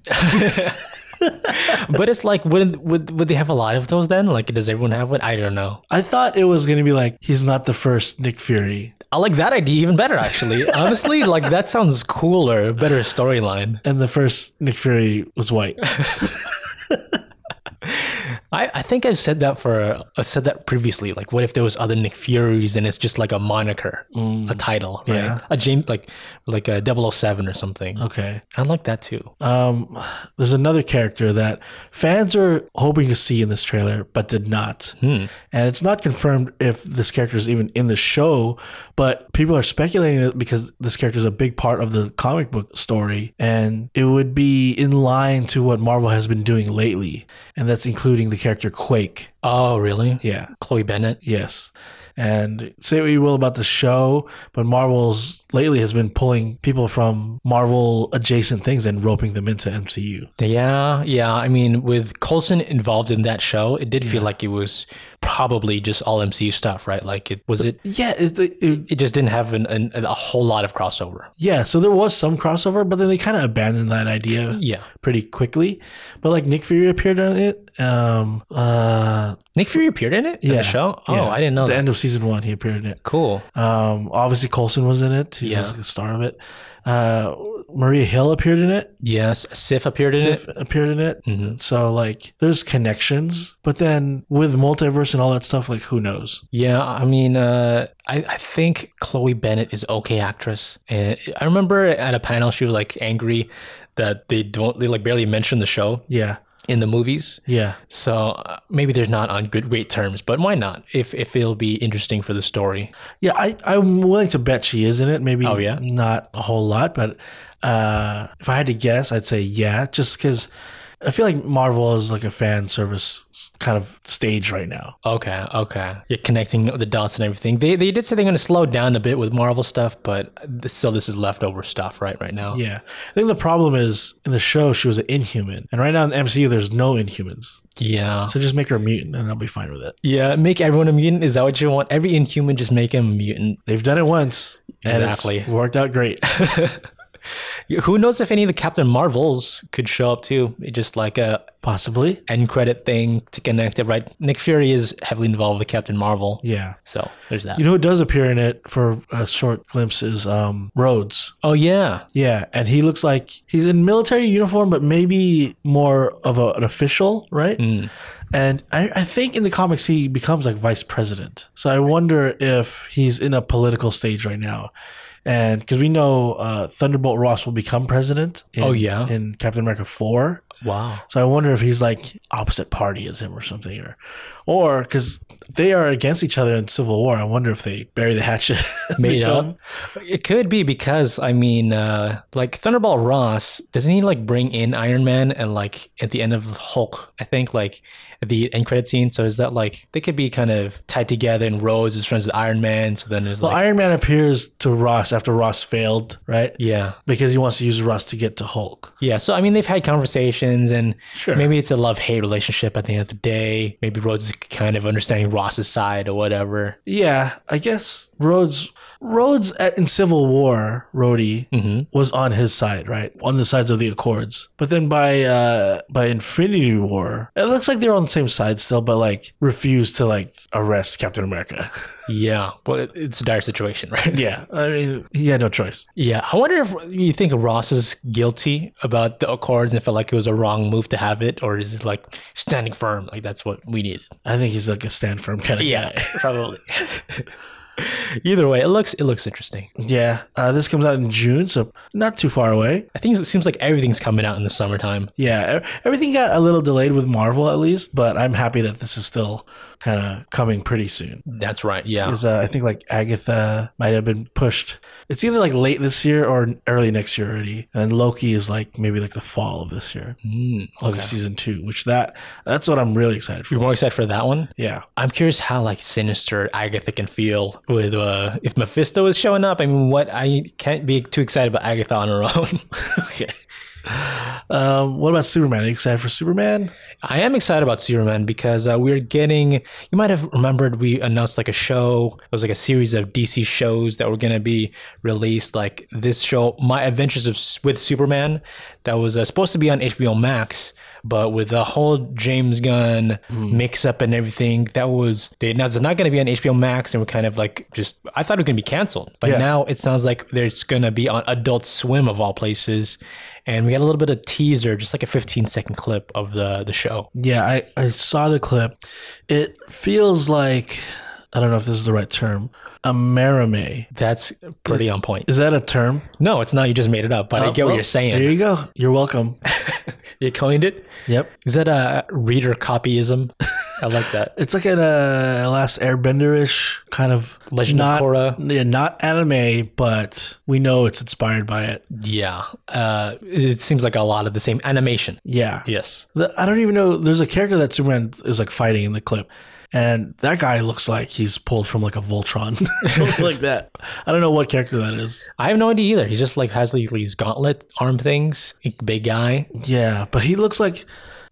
[SPEAKER 2] but it's like, would would would they have a lot of those then? Like, does everyone have one? I don't know.
[SPEAKER 1] I thought it was gonna be like he's not the first Nick Fury,
[SPEAKER 2] I like that idea even better,
[SPEAKER 1] (laughs)
[SPEAKER 2] actually. Honestly, like that sounds cooler, better storyline.
[SPEAKER 1] and the first Nick Fury was
[SPEAKER 2] (laughs)
[SPEAKER 1] white.
[SPEAKER 2] I, I think I've said that for I said that previously. Like, what if there was other Nick Furies and it's just like a moniker, a title, right?
[SPEAKER 1] Mm. Yeah. Uh-huh.
[SPEAKER 2] A James like like a 007 or something.
[SPEAKER 1] Okay.
[SPEAKER 2] I like that too.
[SPEAKER 1] Um, there's another character that fans are hoping to see in this trailer, but did not. And it's not confirmed if this character is even in the show, but people are speculating it because this character is a big part of the comic book story, and it would be in line to what Marvel has been doing lately, and that's including the character Quake.
[SPEAKER 2] Oh, really?
[SPEAKER 1] Yeah.
[SPEAKER 2] Chloe Bennett.
[SPEAKER 1] Yes. And say what you will about the show, but Marvel's lately has been pulling people from Marvel adjacent things and roping them into MCU.
[SPEAKER 2] Yeah, yeah. I mean, with Coulson involved in that show, it did feel like it was probably just all MCU stuff, right? Like, it was it.
[SPEAKER 1] Yeah, it, it, it-
[SPEAKER 2] It just didn't have an, an, a whole lot of crossover.
[SPEAKER 1] yeah. So there was some crossover, but then they kind of abandoned that idea
[SPEAKER 2] (laughs) Yeah,
[SPEAKER 1] pretty quickly. But like Nick Fury appeared on it. Um, uh,
[SPEAKER 2] Nick Fury appeared in it. in
[SPEAKER 1] yeah,
[SPEAKER 2] the show. Oh,
[SPEAKER 1] yeah.
[SPEAKER 2] I didn't know
[SPEAKER 1] The
[SPEAKER 2] that.
[SPEAKER 1] end of season one, he appeared in it.
[SPEAKER 2] Cool.
[SPEAKER 1] Um, obviously Colson was in it. He's
[SPEAKER 2] Yeah.
[SPEAKER 1] just the star of it. Uh, Maria Hill appeared in it.
[SPEAKER 2] Yes, Sif appeared in it.
[SPEAKER 1] Sif appeared in it.
[SPEAKER 2] Mm-hmm.
[SPEAKER 1] So like, there's connections. But then with multiverse and all that stuff, like who knows?
[SPEAKER 2] Yeah, I mean, uh, I, I think Chloe Bennett is okay actress, and I remember at a panel she was like angry that they don't they like barely mention the show
[SPEAKER 1] Yeah,
[SPEAKER 2] in the movies.
[SPEAKER 1] yeah.
[SPEAKER 2] So uh, maybe they're not on good great terms, but why not? If if it'll be interesting for the story,
[SPEAKER 1] Yeah, I, I'm willing to bet she is in it. Maybe
[SPEAKER 2] Oh, yeah?
[SPEAKER 1] not a whole lot, but uh, if I had to guess, I'd say yeah, just because I feel like Marvel is like a fan service kind of stage right now.
[SPEAKER 2] okay, okay, you're connecting the dots and everything. They they did say they're going to slow down a bit with Marvel stuff, but th- still this is leftover stuff right right now.
[SPEAKER 1] Yeah. I think the problem is in the show, she was an inhuman. And right now in the MCU, there's no inhumans.
[SPEAKER 2] yeah.
[SPEAKER 1] So just make her a mutant and I'll be fine with it.
[SPEAKER 2] Yeah, make everyone a mutant. Is that what you want? Every inhuman, just make him a mutant.
[SPEAKER 1] They've done it once. And
[SPEAKER 2] (laughs) Exactly.
[SPEAKER 1] it's worked out great.
[SPEAKER 2] Who knows if any of the Captain Marvels could show up too? Just like a
[SPEAKER 1] Possibly.
[SPEAKER 2] end credit thing to connect it, right? Nick Fury is heavily involved with Captain Marvel,
[SPEAKER 1] Yeah.
[SPEAKER 2] so there's that.
[SPEAKER 1] You know who does appear in it for a short glimpse is um, Rhodes.
[SPEAKER 2] oh yeah,
[SPEAKER 1] Yeah, and he looks like he's in military uniform, but maybe more of a, an official, right?
[SPEAKER 2] Mm.
[SPEAKER 1] And I, I think in the comics he becomes like vice president. So I wonder if he's in a political stage right now, and because we know uh, Thunderbolt Ross will become president. In,
[SPEAKER 2] Oh, yeah.
[SPEAKER 1] in Captain America four.
[SPEAKER 2] wow.
[SPEAKER 1] So I wonder if he's like opposite party as him or something, or or because they are against each other in Civil War. I wonder if they bury the hatchet. (laughs) and
[SPEAKER 2] Made
[SPEAKER 1] become-
[SPEAKER 2] up. It could be because I mean, uh, like Thunderball Ross doesn't he like bring in Iron Man and like at the end of Hulk, I think like at the end credit scene. So is that like they could be kind of tied together? And Rhodes is friends with Iron Man, so then there's
[SPEAKER 1] Well,
[SPEAKER 2] like
[SPEAKER 1] Iron Man appears to Ross after Ross failed, right?
[SPEAKER 2] yeah,
[SPEAKER 1] Because he wants to use Ross to get to Hulk.
[SPEAKER 2] yeah. So I mean, they've had conversations and.
[SPEAKER 1] Sure.
[SPEAKER 2] Maybe it's a love hate relationship at the end of the day. Maybe Rhodes is kind of understanding Ross's side or whatever.
[SPEAKER 1] Yeah, I guess Rhodes, Rhodes at, in Civil War, Rhodey
[SPEAKER 2] hmm
[SPEAKER 1] was on his side, right? On the sides of the Accords. But then by uh by Infinity War, it looks like they're on the same side still, but like refused to like arrest Captain America. (laughs)
[SPEAKER 2] Yeah, well, it- it's a dire situation, (laughs) right?
[SPEAKER 1] yeah, I mean he had no choice.
[SPEAKER 2] Yeah, I wonder if you think Ross is guilty about the Accords and felt like it was a wrong move to have it, or is it like standing firm, like that's what we need?
[SPEAKER 1] I think he's like a stand firm kind of guy.
[SPEAKER 2] (laughs) probably. Either way, it looks it looks interesting.
[SPEAKER 1] Yeah, uh, this comes out in June, so not too far away.
[SPEAKER 2] I think it seems like everything's coming out in the summertime.
[SPEAKER 1] Yeah, e- everything got a little delayed with Marvel at least, but I'm happy that this is still kind of coming pretty soon.
[SPEAKER 2] That's right. Yeah.
[SPEAKER 1] 'Cause, uh, I think like Agatha might have been pushed. It's either like late this year or early next year already, and Loki is like maybe like the fall of this year,
[SPEAKER 2] Mm,
[SPEAKER 1] Loki
[SPEAKER 2] okay.
[SPEAKER 1] season two. Which that that's what I'm really excited for.
[SPEAKER 2] You're more excited for that one?
[SPEAKER 1] Yeah,
[SPEAKER 2] I'm curious how like sinister Agatha can feel with uh, if Mephisto is showing up. I mean, what I can't be too excited about Agatha on her own. (laughs)
[SPEAKER 1] okay. Um, what about Superman? Are you excited for Superman?
[SPEAKER 2] I am excited about Superman because uh, we're getting. You might have remembered we announced like a show. It was like a series of DC shows that were going to be released. Like this show, My Adventures of with Superman, that was uh, supposed to be on HBO Max, but with the whole James Gunn mix up and everything, that was they announced it's not going to be on HBO Max, and we're kind of like just. I thought it was going to be canceled, but
[SPEAKER 1] Yeah.
[SPEAKER 2] now it sounds like there's going to be on Adult Swim of all places. And we got a little bit of teaser, just like a 15 second clip of the the show.
[SPEAKER 1] Yeah, I, I saw the clip. It feels like I don't know if this is the right term. A merame.
[SPEAKER 2] That's pretty on point.
[SPEAKER 1] Is that a term?
[SPEAKER 2] No, it's not. You just made it up, but I
[SPEAKER 1] Oh,
[SPEAKER 2] get what
[SPEAKER 1] well,
[SPEAKER 2] you're
[SPEAKER 1] There
[SPEAKER 2] saying.
[SPEAKER 1] you go. You're
[SPEAKER 2] (laughs)
[SPEAKER 1] welcome.
[SPEAKER 2] You coined it.
[SPEAKER 1] yep.
[SPEAKER 2] Is that a
[SPEAKER 1] (laughs)
[SPEAKER 2] reader copyism? I like that.
[SPEAKER 1] It's like an uh, Last Airbender-ish kind of
[SPEAKER 2] Legend
[SPEAKER 1] not,
[SPEAKER 2] of Korra.
[SPEAKER 1] Yeah, not anime, but we know it's inspired by it.
[SPEAKER 2] Yeah. Uh, it seems like a lot of the same animation.
[SPEAKER 1] Yeah.
[SPEAKER 2] Yes.
[SPEAKER 1] The- I don't even know. There's a character that Superman is like fighting in the clip, and that guy looks like he's pulled from like a
[SPEAKER 2] (laughs)
[SPEAKER 1] Voltron, (laughs) Something like that. I don't know what character that is.
[SPEAKER 2] I have no idea either. He just like has like these gauntlet arm things. Big guy.
[SPEAKER 1] Yeah, but he looks like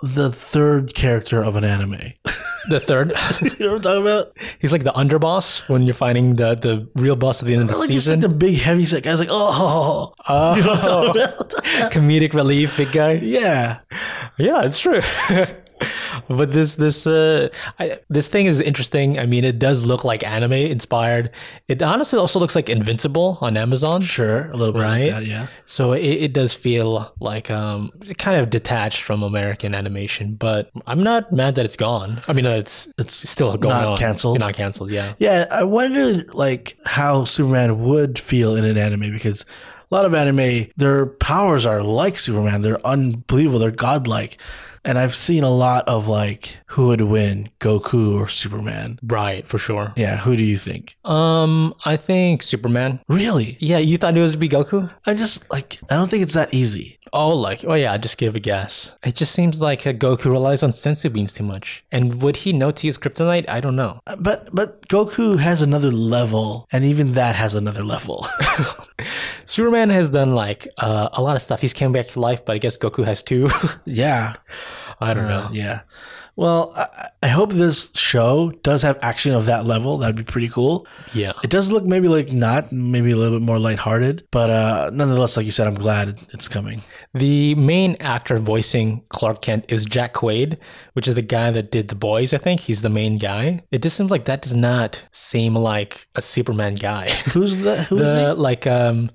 [SPEAKER 1] the third character of an anime. (laughs)
[SPEAKER 2] The third. (laughs)
[SPEAKER 1] you know what I'm talking about?
[SPEAKER 2] He's like the underboss when you're finding the the real boss at the end of the
[SPEAKER 1] Like just
[SPEAKER 2] season.
[SPEAKER 1] like the big heavy set guy's like, oh,
[SPEAKER 2] (laughs)
[SPEAKER 1] (laughs)
[SPEAKER 2] Oh.
[SPEAKER 1] you know what I'm talking about? (laughs)
[SPEAKER 2] comedic relief, big guy.
[SPEAKER 1] yeah.
[SPEAKER 2] Yeah, it's true. (laughs) but this this uh I, this thing is interesting. I mean, it does look like anime inspired. It honestly also looks like Invincible on Amazon.
[SPEAKER 1] Sure, a little bit
[SPEAKER 2] Right?
[SPEAKER 1] like that, yeah.
[SPEAKER 2] So it, it does feel like um kind of detached from American animation. But I'm not mad that it's gone. I mean, uh, it's
[SPEAKER 1] It's
[SPEAKER 2] still going
[SPEAKER 1] not
[SPEAKER 2] on.
[SPEAKER 1] canceled.
[SPEAKER 2] Not canceled. Yeah.
[SPEAKER 1] Yeah, I wonder like how Superman would feel in an anime because a lot of anime, their powers are like Superman. They're unbelievable. They're godlike. And I've seen a lot of like who would win, Goku or Superman.
[SPEAKER 2] Right, for sure.
[SPEAKER 1] Yeah, who do you think?
[SPEAKER 2] Um, I think Superman.
[SPEAKER 1] Really?
[SPEAKER 2] Yeah, you thought it was to be Goku?
[SPEAKER 1] I'm just like I don't think it's that easy.
[SPEAKER 2] Oh, like, oh yeah, I just give a guess. It just seems like uh, Goku relies on sensu beans too much. And would he know to use kryptonite? I don't know.
[SPEAKER 1] Uh, But but Goku has another level and even that has another level. (laughs)
[SPEAKER 2] Superman has done like uh, a lot of stuff. He's came back to life, but (laughs) I guess Goku has too.
[SPEAKER 1] yeah.
[SPEAKER 2] I don't know.
[SPEAKER 1] Uh, Yeah. Well, I, I hope this show does have action of that level. That'd be pretty cool.
[SPEAKER 2] Yeah.
[SPEAKER 1] It does look maybe like not, maybe a little bit more lighthearted, but uh, nonetheless, like you said, I'm glad it's coming.
[SPEAKER 2] The main actor voicing Clark Kent is Jack Quaid, which is the guy that did The Boys, I think. He's the main guy. It just seems like that does not seem like a Superman guy. (laughs)
[SPEAKER 1] Who's the who's
[SPEAKER 2] the like um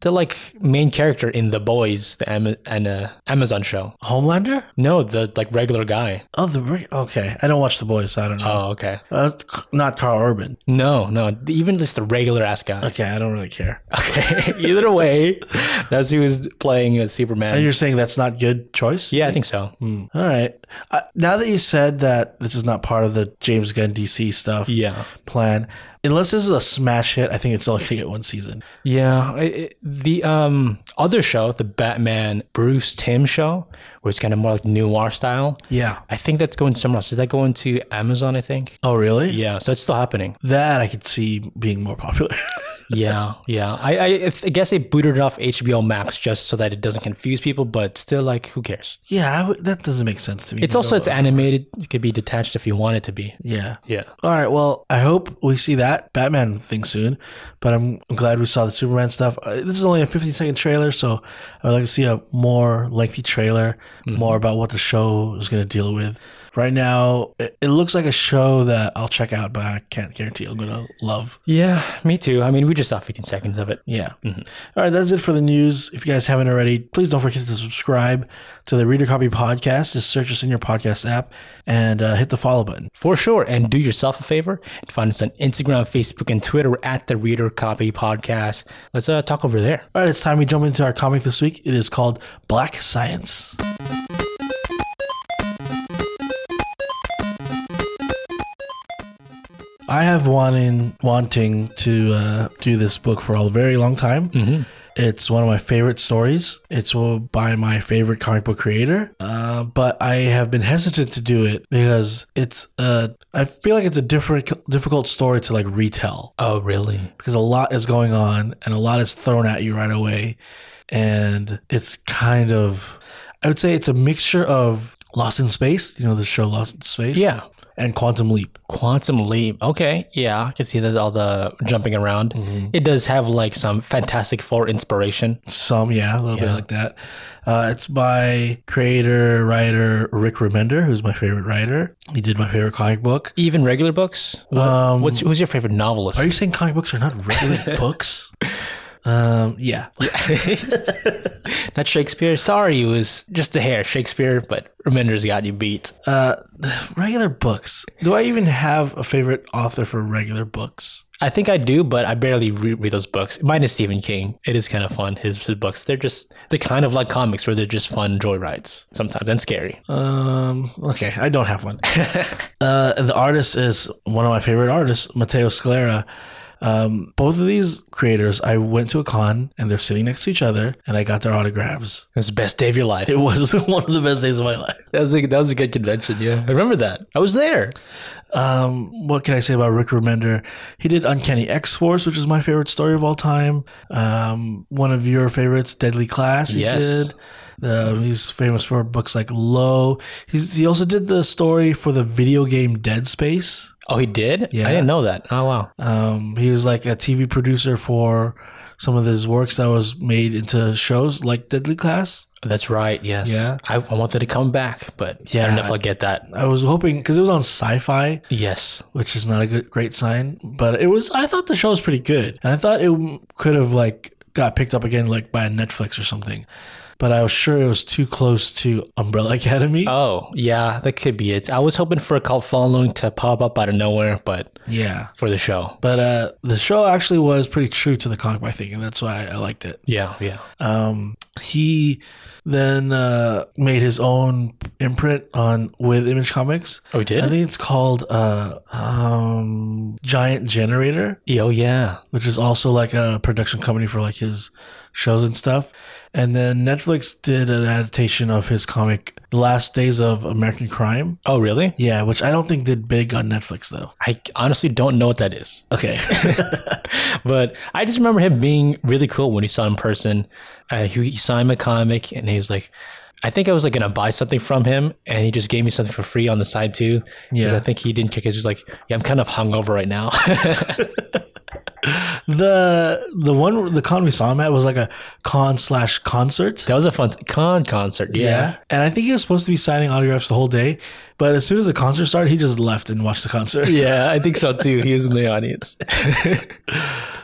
[SPEAKER 2] the like main character in The Boys, the Ama- and uh, Amazon show.
[SPEAKER 1] he? Homelander?
[SPEAKER 2] No, the like regular guy.
[SPEAKER 1] Oh, the re- okay. I don't watch the boys, so I don't know.
[SPEAKER 2] Oh, okay.
[SPEAKER 1] Uh, not Carl Urban.
[SPEAKER 2] No, no, even just the regular
[SPEAKER 1] (laughs)
[SPEAKER 2] ass guy.
[SPEAKER 1] Okay, I don't really care.
[SPEAKER 2] Okay. (laughs) Either way, that's who is playing uh, Superman.
[SPEAKER 1] And you're saying that's not good choice?
[SPEAKER 2] yeah, I think so.
[SPEAKER 1] Hmm. All right. Uh, now that you said that this is not part of the James Gunn DC stuff
[SPEAKER 2] Yeah.
[SPEAKER 1] plan, unless this is a smash hit, I think it's only going to get one season.
[SPEAKER 2] Yeah, I- I the um other show, the Batman Bruce Tim show, where it's kind of more like noir style.
[SPEAKER 1] Yeah.
[SPEAKER 2] I think that's going somewhere else. Is that going to Amazon? I think.
[SPEAKER 1] Oh, really?
[SPEAKER 2] Yeah, so it's still happening.
[SPEAKER 1] That I could see being more popular. (laughs)
[SPEAKER 2] Yeah, yeah. I, I, I guess they booted it off HBO Max just so that it doesn't confuse people, but still, like, who cares?
[SPEAKER 1] yeah, I would that doesn't make sense to me.
[SPEAKER 2] It's also it's animated. It could be detached if you want it to be.
[SPEAKER 1] yeah.
[SPEAKER 2] Yeah.
[SPEAKER 1] All right. Well, I hope we see that Batman thing soon. But I'm, I'm glad we saw the Superman stuff. Uh, This is only a 15 second trailer, so I would like to see a more lengthy trailer,
[SPEAKER 2] Mm-hmm.
[SPEAKER 1] more about what the show is going to deal with. Right now, it, it looks like a show that I'll check out, but I can't guarantee I'm going to love.
[SPEAKER 2] Yeah, me too. I mean, we just saw 15 seconds of it.
[SPEAKER 1] Yeah. All right, that's it for the news. If you guys haven't already, please don't forget to subscribe to the Reader Copy Podcast. Just search us in your podcast app and uh, hit the follow button.
[SPEAKER 2] For sure. And do yourself a favor and find us on Instagram, Facebook, and Twitter We're at the Reader Copy Podcast. Let's uh, talk over there.
[SPEAKER 1] All right, it's time we jump into our comic this week. It is called Black Science. I have wanted wanting to uh, do this book for a very long time. It's one of my favorite stories. It's uh, by my favorite comic book creator, uh, but I have been hesitant to do it because it's. Uh, I feel like it's a different, difficult story to like retell
[SPEAKER 2] Oh, really?
[SPEAKER 1] because a lot is going on and a lot is thrown at you right away. And it's kind of, I would say it's a mixture of Lost in Space, you know, the show Lost in Space,
[SPEAKER 2] Yeah.
[SPEAKER 1] and Quantum Leap.
[SPEAKER 2] Quantum Leap. Okay. Yeah. I can see that all the jumping around. It does have like some Fantastic Four inspiration.
[SPEAKER 1] Some, yeah, a little bit
[SPEAKER 2] Yeah.
[SPEAKER 1] like that. Uh, it's by creator, writer Rick Remender, who's my favorite writer. He did my favorite comic book.
[SPEAKER 2] Even regular books? What-
[SPEAKER 1] Um,
[SPEAKER 2] What's Who's your favorite novelist?
[SPEAKER 1] Are you saying comic books are not
[SPEAKER 2] (laughs)
[SPEAKER 1] regular books? Um, yeah.
[SPEAKER 2] Not Shakespeare. Sorry, it was just a hair Shakespeare, but Remender's got you beat.
[SPEAKER 1] Uh, (sighs) regular books. Do I even have a favorite author for regular books?
[SPEAKER 2] I think I do, but I barely re- read those books. Mine is Stephen King. It is kind of fun. His, his books, they're just they're kind of like comics where they're just fun joyrides sometimes and scary.
[SPEAKER 1] Um. Okay, I don't have one. uh, and the artist is one of my favorite artists, Matteo Sclera. Um, both of these creators, I went to a con and they're sitting next to each other, and I got their autographs. (laughs)
[SPEAKER 2] It was the best day of your life.
[SPEAKER 1] It was (laughs) one of the best days of my life.
[SPEAKER 2] That was a, that was a good convention. Yeah, I remember that. I was there.
[SPEAKER 1] Um, what can I say about Rick Remender? He did Uncanny X Force, which is my favorite story of all time. Um, one of your favorites, Deadly Class. He
[SPEAKER 2] Yes.
[SPEAKER 1] did. Uh, he's famous for books like Low. He's, he also did the story for the video game Dead Space.
[SPEAKER 2] Oh, he did.
[SPEAKER 1] Yeah.
[SPEAKER 2] I didn't know that. Oh wow.
[SPEAKER 1] Um, he was like a TV producer for some of his works that was made into shows like Deadly Class.
[SPEAKER 2] That's right. Yes.
[SPEAKER 1] Yeah.
[SPEAKER 2] I, I wanted to come back, but I
[SPEAKER 1] Yeah.
[SPEAKER 2] don't know if I get that.
[SPEAKER 1] I was hoping because it was on Sci-Fi,
[SPEAKER 2] Yes.
[SPEAKER 1] which is not a good great sign, but it was. I thought the show was pretty good, and I thought it m- could have like got picked up again like by Netflix or something. But I was sure it was too close to Umbrella (laughs) Academy.
[SPEAKER 2] Oh yeah, that could be it. I was hoping for a cult following to pop up out of nowhere, but
[SPEAKER 1] yeah.
[SPEAKER 2] for the show.
[SPEAKER 1] But uh, the show actually was pretty true to the comic, book, I think, and that's why I liked it.
[SPEAKER 2] Yeah. Yeah.
[SPEAKER 1] Um, he then uh, made his own imprint on with Image Comics.
[SPEAKER 2] Oh, he did.
[SPEAKER 1] I think it's called uh, um, Giant Generator,
[SPEAKER 2] oh yeah.
[SPEAKER 1] which is also like a production company for like his shows and stuff. And then Netflix did an adaptation of his comic The Last Days of American Crime.
[SPEAKER 2] Oh really?
[SPEAKER 1] Yeah, which I don't think did big on Netflix though.
[SPEAKER 2] I honestly don't know what that is. (laughs)
[SPEAKER 1] Okay. (laughs)
[SPEAKER 2] But I just remember him being really cool when he saw him in person. Uh, he, he saw him at comic, and he was like, I think I was like gonna buy something from him, and he just gave me something for free on the side too. Because
[SPEAKER 1] Yeah.
[SPEAKER 2] I think he didn't kick. He was like, "Yeah, I'm kind of hungover right now." (laughs)
[SPEAKER 1] The the one the con we saw him at was like a con slash concert.
[SPEAKER 2] that was a fun t- con concert. Yeah.
[SPEAKER 1] And I think he was supposed to be signing autographs the whole day, but as soon as the concert started, he just left and watched the concert.
[SPEAKER 2] Yeah, I think so too. He was in the (laughs) audience.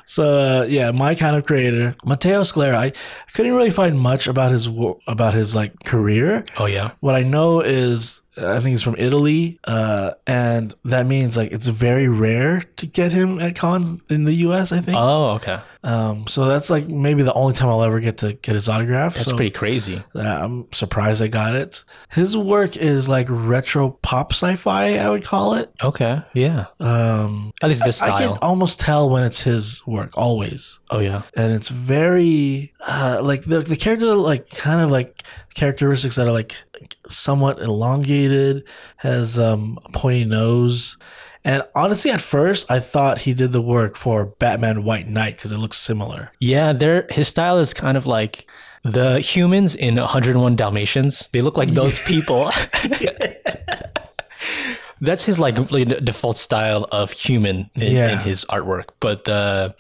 [SPEAKER 1] So uh, yeah, my kind of creator, Mateo Sclera. I, I couldn't really find much about his wo- about his like career.
[SPEAKER 2] oh yeah,
[SPEAKER 1] What I know is uh, I think he's from Italy, uh, and that means like it's very rare to get him at cons in the U.S. I think.
[SPEAKER 2] Oh, okay.
[SPEAKER 1] um, so that's like maybe the only time I'll ever get to get his autograph.
[SPEAKER 2] That's
[SPEAKER 1] so,
[SPEAKER 2] pretty crazy.
[SPEAKER 1] uh, I'm surprised I got it. His work is like retro pop sci-fi, I would call it.
[SPEAKER 2] Okay. Yeah.
[SPEAKER 1] Um,
[SPEAKER 2] At least this
[SPEAKER 1] I
[SPEAKER 2] style.
[SPEAKER 1] can almost tell when it's his work always,
[SPEAKER 2] oh yeah.
[SPEAKER 1] and it's very uh, like the the character like kind of like characteristics that are like somewhat elongated, has um, a pointy nose. And honestly, at first, I thought he did the work for Batman White Knight because it looks similar.
[SPEAKER 2] Yeah, their his style is kind of like the humans in 101 Dalmatians. They look like
[SPEAKER 1] (laughs)
[SPEAKER 2] those people. (laughs) That's his like really default style of human in, in
[SPEAKER 1] Yeah.
[SPEAKER 2] his artwork. But the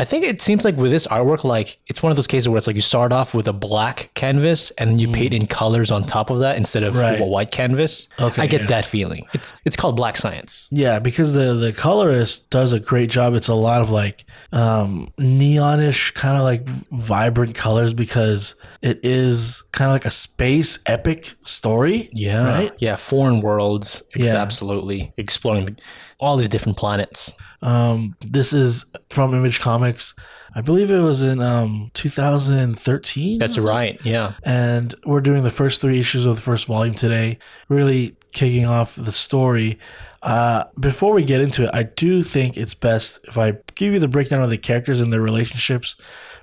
[SPEAKER 2] I think it seems like with this artwork, like it's one of those cases where it's like you start off with a black canvas and then you paint in colors on top of that instead of
[SPEAKER 1] Mm. Right.
[SPEAKER 2] a white canvas.
[SPEAKER 1] Okay,
[SPEAKER 2] I get
[SPEAKER 1] yeah.
[SPEAKER 2] that feeling. It's it's called black science.
[SPEAKER 1] Yeah, because the the colorist does a great job. It's a lot of like um neonish kind of like vibrant colors because it is kind of like a space epic story.
[SPEAKER 2] Yeah,
[SPEAKER 1] Right?
[SPEAKER 2] yeah, foreign worlds. ex-
[SPEAKER 1] Yeah.
[SPEAKER 2] absolutely exploring all these different planets.
[SPEAKER 1] Um this is from Image Comics. I believe it was in um 2013.
[SPEAKER 2] That's right. Yeah.
[SPEAKER 1] and we're doing the first three issues of the first volume today, really kicking off the story. Uh, before we get into it, I do think it's best if I give you the breakdown of the characters and their relationships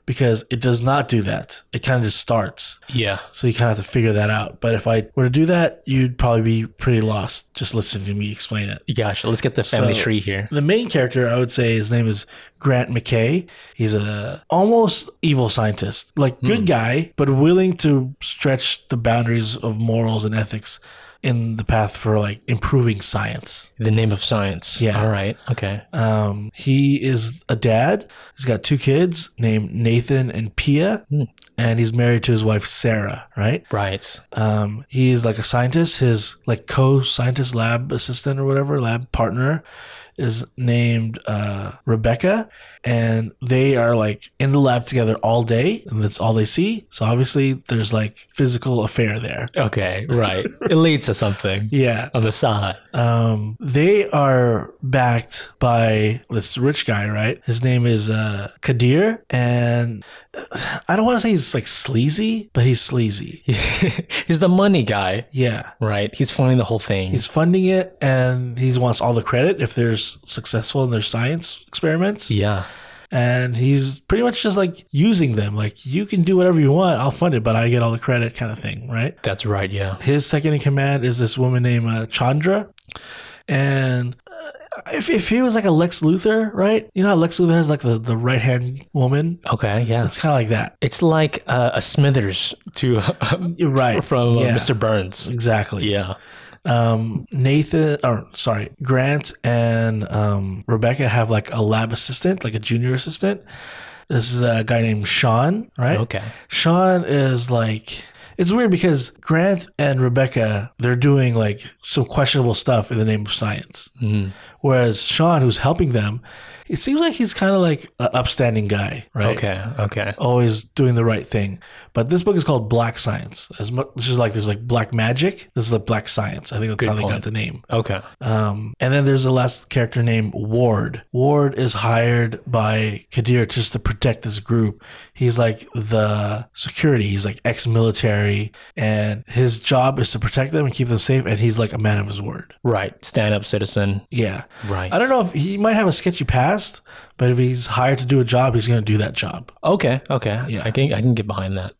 [SPEAKER 1] because it does not do that. It kind of just starts.
[SPEAKER 2] Yeah.
[SPEAKER 1] So you kind of have to figure that out. But if I were to do that, you'd probably be pretty lost just listening to me explain it.
[SPEAKER 2] Gotcha. Let's get the family
[SPEAKER 1] So-
[SPEAKER 2] tree here.
[SPEAKER 1] The main character, I would say, his name is Grant McKay. He's a almost evil scientist, like good guy, but willing to stretch the boundaries of morals and ethics in the path for like improving science.
[SPEAKER 2] The name of science.
[SPEAKER 1] Yeah.
[SPEAKER 2] All right. Okay.
[SPEAKER 1] Um, he is a dad. He's got two kids named Nathan and Pia, and he's married to his wife Sarah. Right.
[SPEAKER 2] Right.
[SPEAKER 1] Um, he is like a scientist. His like co-scientist lab assistant or whatever lab partner is named uh, Rebecca, and they are like in the lab together all day, and that's all they see. So obviously, there's like physical affair there.
[SPEAKER 2] Okay. Right. it leads
[SPEAKER 1] (laughs)
[SPEAKER 2] to something
[SPEAKER 1] Yeah,
[SPEAKER 2] on the side. (laughs)
[SPEAKER 1] um, they are backed by this rich guy, right? His name is uh, Kadir, and (sighs) I don't want to say he's like sleazy, but he's sleazy.
[SPEAKER 2] He's the money guy.
[SPEAKER 1] Yeah.
[SPEAKER 2] Right. He's funding the whole thing.
[SPEAKER 1] He's funding it and he wants all the credit if there's successful in their science experiments.
[SPEAKER 2] yeah.
[SPEAKER 1] And he's pretty much just like using them. Like, you can do whatever you want, I'll fund it, but I get all the credit kind of thing, right?
[SPEAKER 2] That's right. Yeah.
[SPEAKER 1] His second in command is this woman named uh, Chandra. And uh, if, if he was like a Lex Luthor, right? You know how Lex Luthor has like the, the right hand woman?
[SPEAKER 2] Okay. Yeah.
[SPEAKER 1] It's kind of like that.
[SPEAKER 2] It's like uh, a Smithers to (laughs)
[SPEAKER 1] You're right.
[SPEAKER 2] from uh,
[SPEAKER 1] Yeah.
[SPEAKER 2] Mr. Burns.
[SPEAKER 1] Exactly.
[SPEAKER 2] Yeah.
[SPEAKER 1] um, Nathan, or sorry, Grant and um, Rebecca have like a lab assistant, like a junior assistant. This is a guy named Sean, right?
[SPEAKER 2] Okay.
[SPEAKER 1] Sean is like, it's weird because Grant and Rebecca, they're doing like some questionable stuff in the name of science.
[SPEAKER 2] Mm.
[SPEAKER 1] Whereas Sean, who's helping them, it seems like he's kind of like an upstanding guy, right?
[SPEAKER 2] Okay. Okay.
[SPEAKER 1] always doing the right thing. But this book is called Black Science. As much it's just like there's like black magic, this is like black science. I think that's
[SPEAKER 2] Good
[SPEAKER 1] how they
[SPEAKER 2] point.
[SPEAKER 1] got the name.
[SPEAKER 2] Okay.
[SPEAKER 1] Um, and then there's the last character named Ward. Ward is hired by Kadir just to protect this group. He's like the security. He's like ex-military, and his job is to protect them and keep them safe. And he's like a man of his word.
[SPEAKER 2] Right. Stand up citizen.
[SPEAKER 1] Yeah,
[SPEAKER 2] Right.
[SPEAKER 1] I don't know if he might have a sketchy past, but if he's hired to do a job, he's going to do that job.
[SPEAKER 2] Okay. Okay.
[SPEAKER 1] Yeah.
[SPEAKER 2] I can I can get behind that.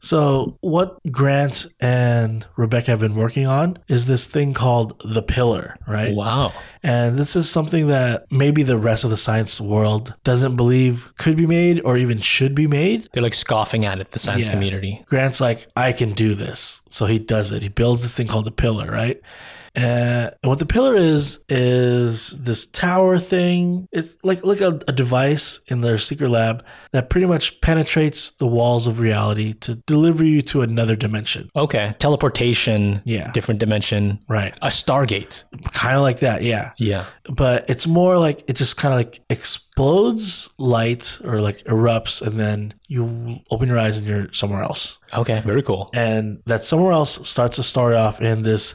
[SPEAKER 1] So, what Grant and Rebecca have been working on is this thing called the pillar, right?
[SPEAKER 2] Wow.
[SPEAKER 1] And this is something that maybe the rest of the science world doesn't believe could be made or even should be made.
[SPEAKER 2] They're like scoffing at it, the science
[SPEAKER 1] Yeah.
[SPEAKER 2] community.
[SPEAKER 1] Grant's like, I can do this. So he does it. He builds this thing called the pillar, right? Uh, and what the pillar is is this tower thing. It's like like a, a device in their secret lab that pretty much penetrates the walls of reality to deliver you to another dimension.
[SPEAKER 2] Okay. Teleportation,
[SPEAKER 1] Yeah.
[SPEAKER 2] different dimension,
[SPEAKER 1] Right.
[SPEAKER 2] a Stargate.
[SPEAKER 1] Kind of like that. Yeah.
[SPEAKER 2] Yeah.
[SPEAKER 1] but it's more like it just kind of like explodes light or like erupts and then you open your eyes and you're somewhere else
[SPEAKER 2] Okay. Very cool.
[SPEAKER 1] and that somewhere else starts to start off in this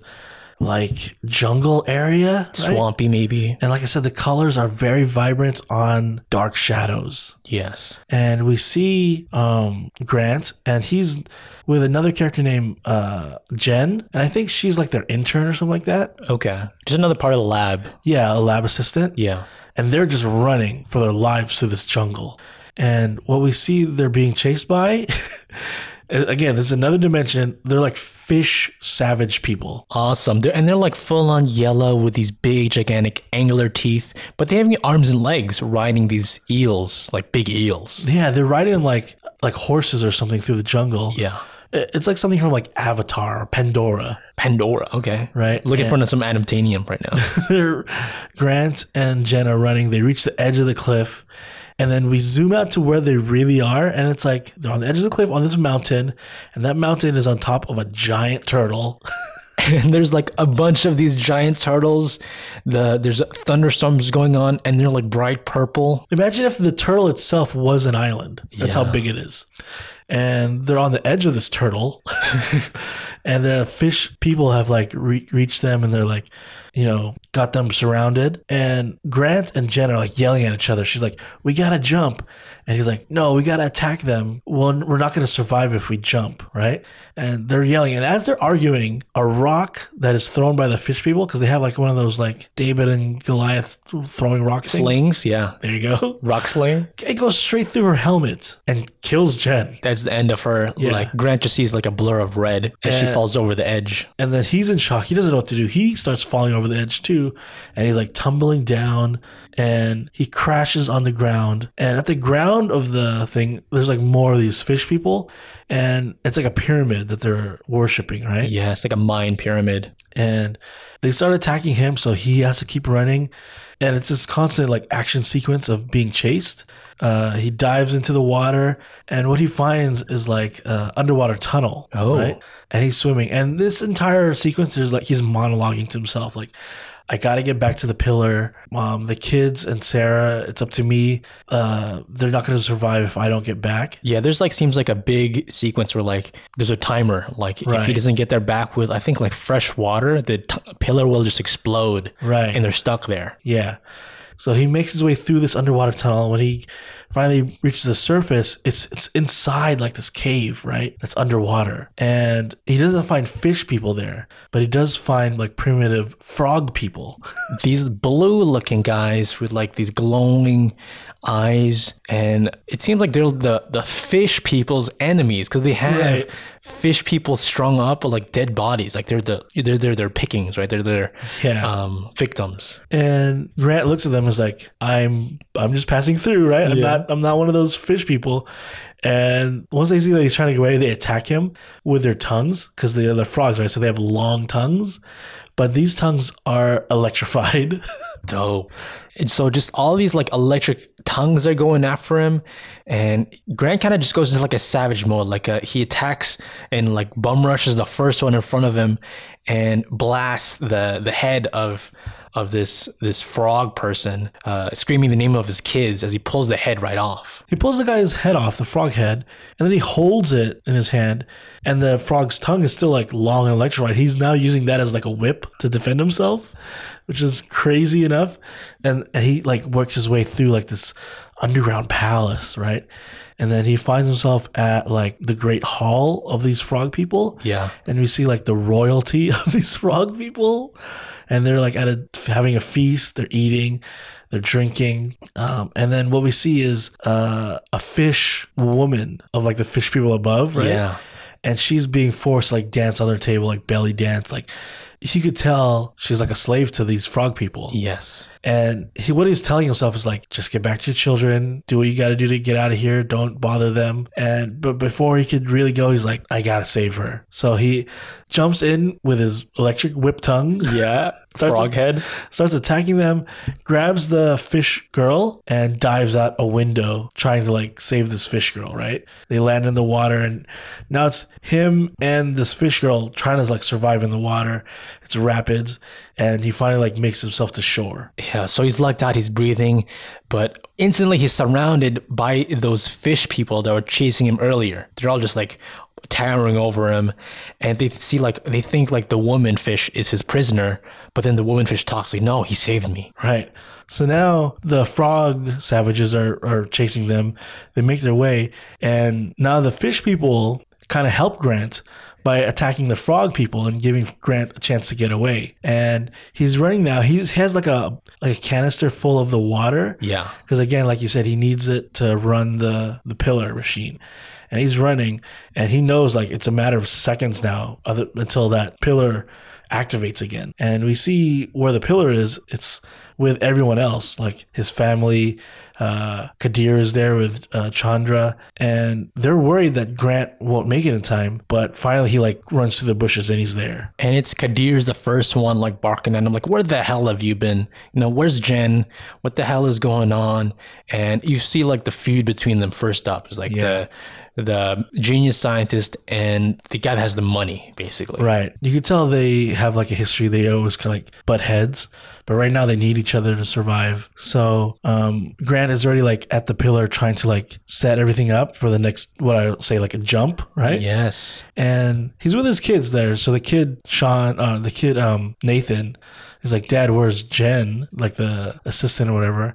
[SPEAKER 1] like jungle area right?
[SPEAKER 2] Swampy, maybe.
[SPEAKER 1] and like i said the colors are very vibrant on dark shadows
[SPEAKER 2] Yes.
[SPEAKER 1] and we see um grant and he's with another character named uh jen and i think she's like their intern or something like that
[SPEAKER 2] Okay. Just another part of the lab.
[SPEAKER 1] yeah a lab assistant
[SPEAKER 2] Yeah.
[SPEAKER 1] and they're just running for their lives through this jungle. And what we see they're being chased by, (laughs) again, this is another dimension. They're like fish savage people.
[SPEAKER 2] Awesome. They're, and they're like full on yellow with these big, gigantic, angular teeth, but they have arms and legs riding these eels, like big eels.
[SPEAKER 1] Yeah, they're riding like like horses or something through the jungle.
[SPEAKER 2] Yeah.
[SPEAKER 1] I- It's like something from like Avatar or Pandora,
[SPEAKER 2] Pandora. Okay.
[SPEAKER 1] right?
[SPEAKER 2] Looking for some adamantanium right now.
[SPEAKER 1] (laughs) They're- Grant and Jen are running. They reach the edge of the cliff, and then we zoom out to where they really are, and it's like they're on the edge of the cliff on this mountain, and that mountain is on top of a giant turtle.
[SPEAKER 2] and (laughs) there's like a bunch of these giant turtles. The there's thunderstorms going on, and they're like bright purple.
[SPEAKER 1] Imagine if the turtle itself was an island. That's how
[SPEAKER 2] Yeah.
[SPEAKER 1] big it is. And they're on the edge of this turtle. and the fish people have like re- reached them and they're like, you know, got them surrounded. And Grant and Jen are like yelling at each other. She's like, we got to jump. And he's like, no, we got to attack them. Well, we're not going to survive if we jump, right? And they're yelling. And as they're arguing, a rock that is thrown by the fish people, because they have like one of those like David and Goliath throwing rock things.
[SPEAKER 2] Slings, yeah,
[SPEAKER 1] There you go.
[SPEAKER 2] rock sling.
[SPEAKER 1] It goes straight through her helmet and kills Jen.
[SPEAKER 2] That's the end of her.
[SPEAKER 1] Yeah.
[SPEAKER 2] Like Grant just sees like a blur of red as she
[SPEAKER 1] Yeah.
[SPEAKER 2] falls over the edge.
[SPEAKER 1] And then he's in shock. He doesn't know what to do. He starts falling over the edge too. And he's like tumbling down and he crashes on the ground. And at the ground of the thing, there's like more of these fish people. And it's like a pyramid that they're worshiping, right?
[SPEAKER 2] Yeah, it's like a mine pyramid.
[SPEAKER 1] and they start attacking him so he has to keep running and it's this constant like action sequence of being chased uh, he dives into the water and what he finds is like uh, underwater tunnel
[SPEAKER 2] Oh.
[SPEAKER 1] and he's swimming and this entire sequence is like he's monologuing to himself like I gotta get back to the pillar. Um, the kids and Sarah, it's up to me. Uh, they're not gonna survive if I don't get back.
[SPEAKER 2] Yeah, there's like seems like a big sequence where like there's a timer. Like if he
[SPEAKER 1] Right.
[SPEAKER 2] doesn't get there back with I think like fresh water, the t- pillar will just explode,
[SPEAKER 1] Right.
[SPEAKER 2] and they're stuck there.
[SPEAKER 1] Yeah. So he makes his way through this underwater tunnel. When he finally reaches the surface, it's it's inside like this cave, right? That's underwater. And he doesn't find fish people there, but he does find like primitive frog people. (laughs)
[SPEAKER 2] these blue looking guys with like these glowing eyes and it seems like they're the the fish people's enemies because they have
[SPEAKER 1] Right.
[SPEAKER 2] fish people strung up with like dead bodies like they're the they're they're their pickings right they're their
[SPEAKER 1] Yeah.
[SPEAKER 2] um victims
[SPEAKER 1] And Grant looks at them and is like, I'm I'm just passing through, right? I'm
[SPEAKER 2] Yeah.
[SPEAKER 1] not I'm not one of those fish people. And once they see that he's trying to get away, they attack him with their tongues because they are the frogs, right? So they have long tongues, but these tongues are (laughs) electrified.
[SPEAKER 2] dope and so just all these like electric tongues are going after him and grant kind of just goes into like a savage mode like uh he attacks and like bum rushes the first one in front of him and blasts the the head of of this this frog person uh screaming the name of his kids as he pulls the head right off
[SPEAKER 1] He pulls the guy's head off, the frog head, and then he holds it in his hand, and the frog's tongue is still like long and electrified. He's now using that as like a whip to defend himself, which is crazy enough. And, and he like works his way through like this underground palace, right? And then he finds himself at like the great hall of these frog people.
[SPEAKER 2] Yeah.
[SPEAKER 1] And we see like the (laughs) royalty of these frog people. And they're like at a having a feast, they're eating. They're drinking, um, and then what we see is uh, a fish woman of like the fish people above, right?
[SPEAKER 2] Yeah.
[SPEAKER 1] and she's being forced to, like dance on their table, like belly dance. Like you could tell she's like a slave to these frog people.
[SPEAKER 2] Yes.
[SPEAKER 1] And he, what he's telling himself is like, just get back to your children, do what you got to do to get out of here, don't bother them. And but before he could really go, he's like, I gotta save her. So he jumps in with his electric whip tongue, (laughs)
[SPEAKER 2] Yeah.
[SPEAKER 1] Starts-
[SPEAKER 2] (laughs) Frog head.
[SPEAKER 1] starts attacking them, grabs the fish girl, and dives out a window, trying to like save this fish girl. Right? They land in the water, and now it's him and this fish girl trying to like survive in the water. It's rapids, and he finally like makes himself to shore.
[SPEAKER 2] Yeah, so he's lucked out, he's breathing, but instantly he's surrounded by those fish people that were chasing him earlier. They're all just like towering over him, and they see like they think like the woman fish is his prisoner, but then the woman fish talks like, "No, he saved me."
[SPEAKER 1] Right. So now the frog savages are, are chasing them. They make their way. And now the fish people kind of help Grant by attacking the frog people and giving Grant a chance to get away. And he's running now. He's, he has like a like a canister full of the water.
[SPEAKER 2] Yeah,
[SPEAKER 1] Because again, like you said, he needs it to run the the pillar machine, and he's running, and he knows like it's a matter of seconds now other, until that pillar activates again. And we see where the pillar is. It's with everyone else, like his family. Uh, Kadir is there with uh, Chandra, and they're worried that Grant won't make it in time. But finally, he like runs through the bushes and he's there.
[SPEAKER 2] and it's Kadir's the first one like barking at him, like, "Where the hell have you been? You know, where's Jen? What the hell is going on?" And you see like the feud between them first up is like the the genius scientist and the guy that has the money, basically.
[SPEAKER 1] Right. You can tell they have like a history. They always kind of like butt heads, but right now they need each other to survive. So um, Grant is already like at the pillar trying to like set everything up for the next, what I would say, like a jump, right?
[SPEAKER 2] Yes.
[SPEAKER 1] And he's with his kids there. So the kid, Sean, uh, the kid, um, Nathan, is like, Dad, where's Jen? Like the assistant or whatever.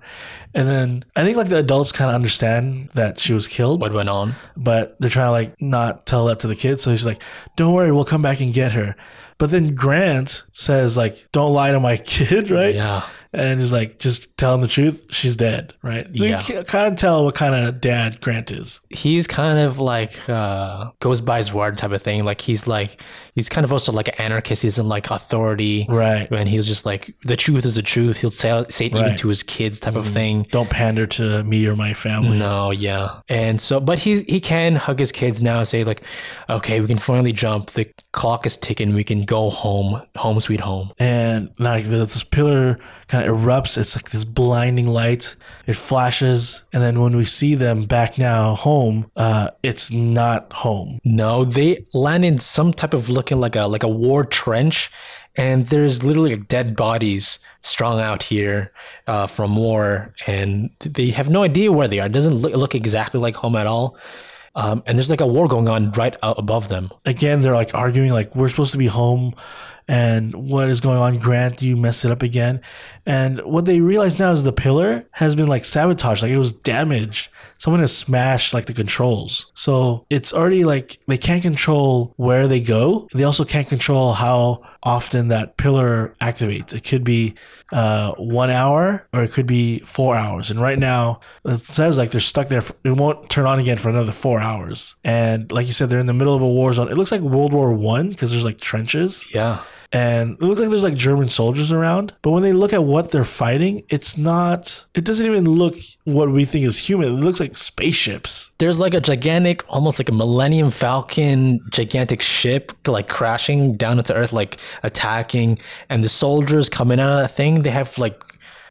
[SPEAKER 1] And then I think like the adults kind of understand that she was killed
[SPEAKER 2] What went on?
[SPEAKER 1] but they're trying to like not tell that to the kids. So he's like, "Don't worry, we'll come back and get her." But then Grant says like, "Don't lie to my (laughs) kid," right?
[SPEAKER 2] Yeah.
[SPEAKER 1] And he's like, "Just tell him the truth. She's dead," right?
[SPEAKER 2] Yeah.
[SPEAKER 1] You can kind of tell what kind of dad Grant is.
[SPEAKER 2] He's kind of like uh goes by his word type of thing. Like he's like he's kind of also like an anarchist. He doesn't like authority.
[SPEAKER 1] Right.
[SPEAKER 2] And he was just like the truth is the truth. He'll say say it even
[SPEAKER 1] Right.
[SPEAKER 2] to his kids type of thing.
[SPEAKER 1] Don't pander to me or my family.
[SPEAKER 2] No, yeah. And so but he's he can hug his kids now and say like, Okay, we can finally jump. The clock is ticking, we can go home, home sweet home.
[SPEAKER 1] and like this pillar kind of erupts. It's like this blinding light. It flashes, and then when we see them back now home, uh, it's not home.
[SPEAKER 2] No, they land in some type of looking like a like a war trench, and there's literally like dead bodies strung out here uh, from war, and they have no idea where they are. It doesn't look, look exactly like home at all, um, and there's like a war going on right out above them.
[SPEAKER 1] again they're like arguing like we're supposed to be home and what is going on grant you messed it up again and what they realize now is the pillar has been like sabotaged like it was damaged someone has smashed like the controls so it's already like they can't control where they go they also can't control how often that pillar activates it could be uh, one hour or it could be four hours and right now it says like they're stuck there for, it won't turn on again for another four hours and like you said they're in the middle of a war zone it looks like world war one because there's like trenches
[SPEAKER 2] Yeah,
[SPEAKER 1] and it looks like there's like german soldiers around but when they look at what they're fighting it's not it doesn't even look what we think is human it looks like spaceships
[SPEAKER 2] there's like a gigantic, almost like a Millennium Falcon gigantic ship like crashing down into Earth, like attacking, and the soldiers coming out of that thing. They have like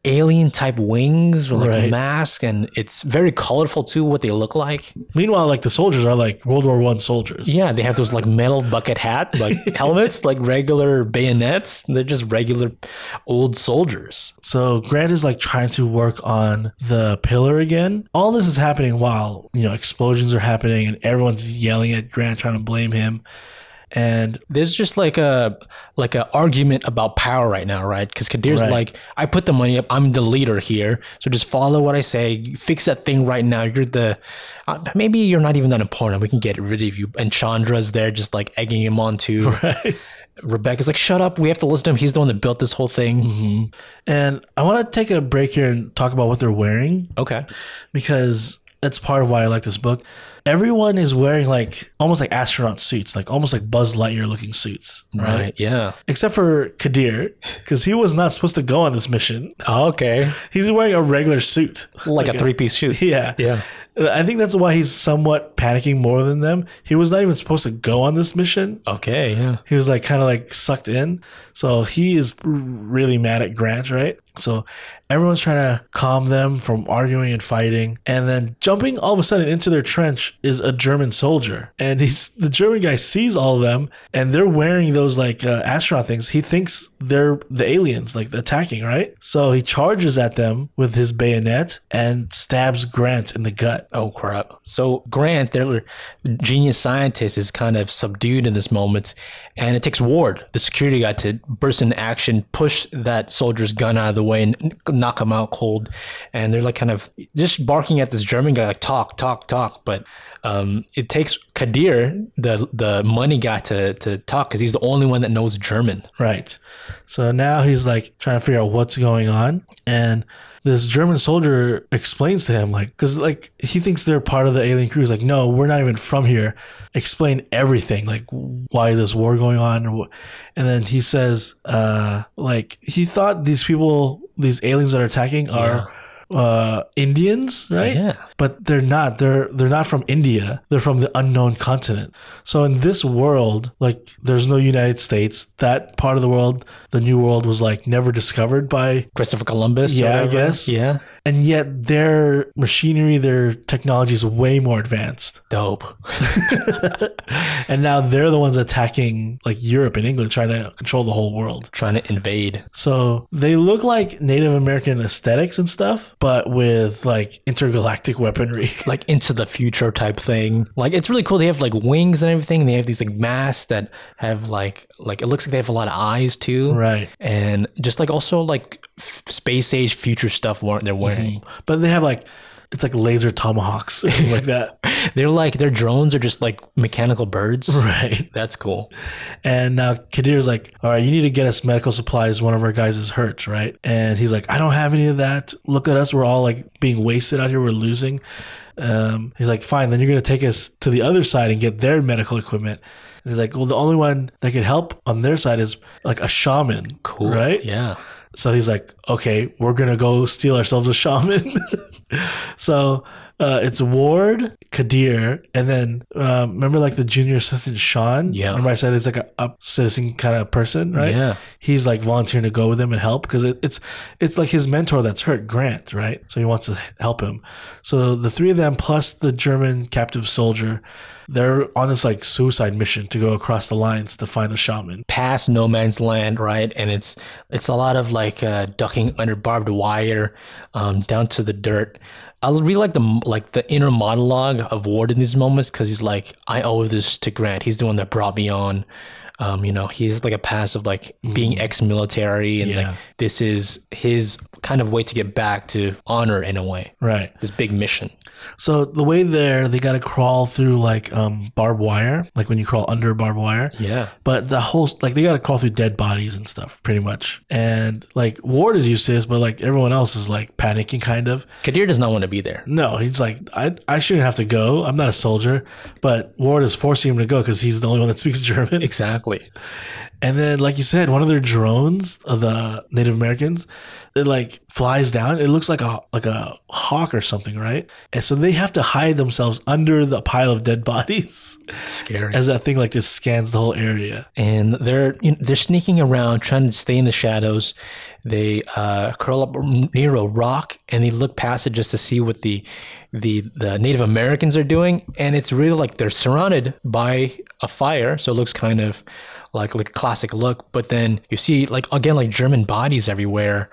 [SPEAKER 2] alien type wings with like
[SPEAKER 1] Right.
[SPEAKER 2] mask, and it's very colorful too. What they look like.
[SPEAKER 1] meanwhile like the soldiers are like world war one soldiers
[SPEAKER 2] Yeah, they have those like metal bucket hat, like (laughs) helmets, like regular bayonets. They're just regular old soldiers.
[SPEAKER 1] So Grant is like trying to work on the pillar again. All this is happening while, you know, explosions are happening and everyone's yelling at Grant trying to blame him. And (laughs)
[SPEAKER 2] there's just like a like a argument about power right now, right? Because Kadir's
[SPEAKER 1] Right.
[SPEAKER 2] like, I put the money up. I'm the leader here, so just follow what I say. You Fix that thing right now. You're the uh, maybe you're not even that important. We can get rid of you. And Chandra's there, just like egging him on too.
[SPEAKER 1] right.
[SPEAKER 2] Rebecca's like, shut up. We have to listen to him. He's the one that built this whole thing.
[SPEAKER 1] mm-hmm. And I want to take a break here and talk about what they're wearing
[SPEAKER 2] Okay.
[SPEAKER 1] because that's part of why I like this book. Everyone is wearing like almost like astronaut suits, like almost like Buzz Lightyear looking suits,
[SPEAKER 2] Right.
[SPEAKER 1] right?
[SPEAKER 2] Yeah.
[SPEAKER 1] Except for Kadir, because he was not supposed to go on this mission. (laughs)
[SPEAKER 2] Okay.
[SPEAKER 1] He's wearing a regular suit. (laughs)
[SPEAKER 2] Like a three piece shoot.
[SPEAKER 1] Yeah.
[SPEAKER 2] Yeah.
[SPEAKER 1] I think that's why he's somewhat panicking more than them. He was not even supposed to go on this mission.
[SPEAKER 2] Okay. Yeah.
[SPEAKER 1] He was like kind of like sucked in. So he is really mad at Grant, right? So everyone's trying to calm them from arguing and fighting. And then jumping all of a sudden into their trench is a German soldier. And he's the German guy sees all of them and they're wearing those like uh, astronaut things. He thinks they're the aliens, like attacking, right? So he charges at them with his bayonet and stabs Grant in the gut.
[SPEAKER 2] Oh crap! So Grant, their genius scientist, is kind of subdued in this moment, and it takes Ward, the security guy, to burst into action, push that soldier's gun out of the way, and knock him out cold. And they're like kind of just barking at this German guy, like talk, talk, talk. But um, it takes Kadir, the the money guy, to to talk because he's the only one that knows German.
[SPEAKER 1] Right. So now he's like trying to figure out what's going on. And this German soldier explains to him, like, because like he thinks they're part of the alien crew. He's like, no, we're not even from here. Explain everything, like why this war going on. Or what. And then he says, uh, like, he thought these people, these aliens that are attacking are. Uh, Indians, right?
[SPEAKER 2] Yeah.
[SPEAKER 1] but they're not they're they're not from india they're from the unknown continent so in this world like there's no united states that part of the world the new world was like never discovered by
[SPEAKER 2] Christopher Columbus. or
[SPEAKER 1] Yeah, I
[SPEAKER 2] whatever.
[SPEAKER 1] guess.
[SPEAKER 2] Yeah.
[SPEAKER 1] and yet their machinery their technology is way more advanced (laughs)
[SPEAKER 2] Dope.
[SPEAKER 1] and now they're the ones attacking like europe and england trying to control the whole world
[SPEAKER 2] Trying to invade.
[SPEAKER 1] so they look like native american aesthetics and stuff but with like intergalactic weaponry (laughs)
[SPEAKER 2] like into the future type thing. Like it's really cool. They have like wings and everything. they have these like masks that have like like it looks like they have a lot of eyes too.
[SPEAKER 1] right
[SPEAKER 2] And just like also like f- space age future stuff wa- they're wearing.
[SPEAKER 1] but they have like it's like laser tomahawks or something like that
[SPEAKER 2] They're like their drones are just like mechanical birds.
[SPEAKER 1] Mm-hmm. right
[SPEAKER 2] That's cool.
[SPEAKER 1] and now kadir's like all right you need to get us medical supplies one of our guys is hurt right and he's like i don't have any of that look at us we're all like being wasted out here we're losing um, he's like fine then you're going to take us to the other side and get their medical equipment and he's like well the only one that could help on their side is like a shaman
[SPEAKER 2] Cool.
[SPEAKER 1] right
[SPEAKER 2] Yeah.
[SPEAKER 1] So he's like, okay, we're gonna go steal ourselves a shaman. (laughs) so uh, it's Ward, Kadir, and then um, remember like the junior assistant Sean.
[SPEAKER 2] Yeah.
[SPEAKER 1] remember I said it's like a up citizen kind of person, right?
[SPEAKER 2] Yeah.
[SPEAKER 1] he's like volunteering to go with him and help because it, it's it's like his mentor that's hurt, Grant, right? So he wants to help him. So the three of them plus the German captive soldier, they're on this like suicide mission to go across the lines to find a shaman.
[SPEAKER 2] past no man's land, right? And it's it's a lot of like uh, ducking under barbed wire, um, down to the dirt. I really like the like the inner monologue of Ward in these moments because he's like, I owe this to Grant. He's the one that brought me on. Um, you know, he's like a pass of like being ex-military, and
[SPEAKER 1] Mm-hmm. Yeah.
[SPEAKER 2] like this is his kind of way to get back to honor in a way.
[SPEAKER 1] Right.
[SPEAKER 2] This big mission.
[SPEAKER 1] So the way there, they got to crawl through like um, barbed wire, like when you crawl under barbed wire.
[SPEAKER 2] Yeah.
[SPEAKER 1] But the whole like they got to crawl through dead bodies and stuff, pretty much. And like Ward is used to this, but like everyone else is like panicking, kind of.
[SPEAKER 2] Kadir does not want to be there.
[SPEAKER 1] No, he's like, I I shouldn't have to go. I'm not a soldier. But Ward is forcing him to go because he's the only one that speaks (laughs) German.
[SPEAKER 2] Exactly.
[SPEAKER 1] And then, like you said, one of their drones, of the Native Americans, it like flies down. It looks like a like a hawk or something, right? And so they have to hide themselves under the pile of dead (laughs) bodies
[SPEAKER 2] Scary.
[SPEAKER 1] as that thing like just scans the whole area.
[SPEAKER 2] and they're you know, they're sneaking around trying to stay in the shadows they uh, curl up near a rock and they look past it just to see what the the the native americans are doing and it's really like they're surrounded by a fire so it looks kind of like like a classic look but then you see like again like german bodies everywhere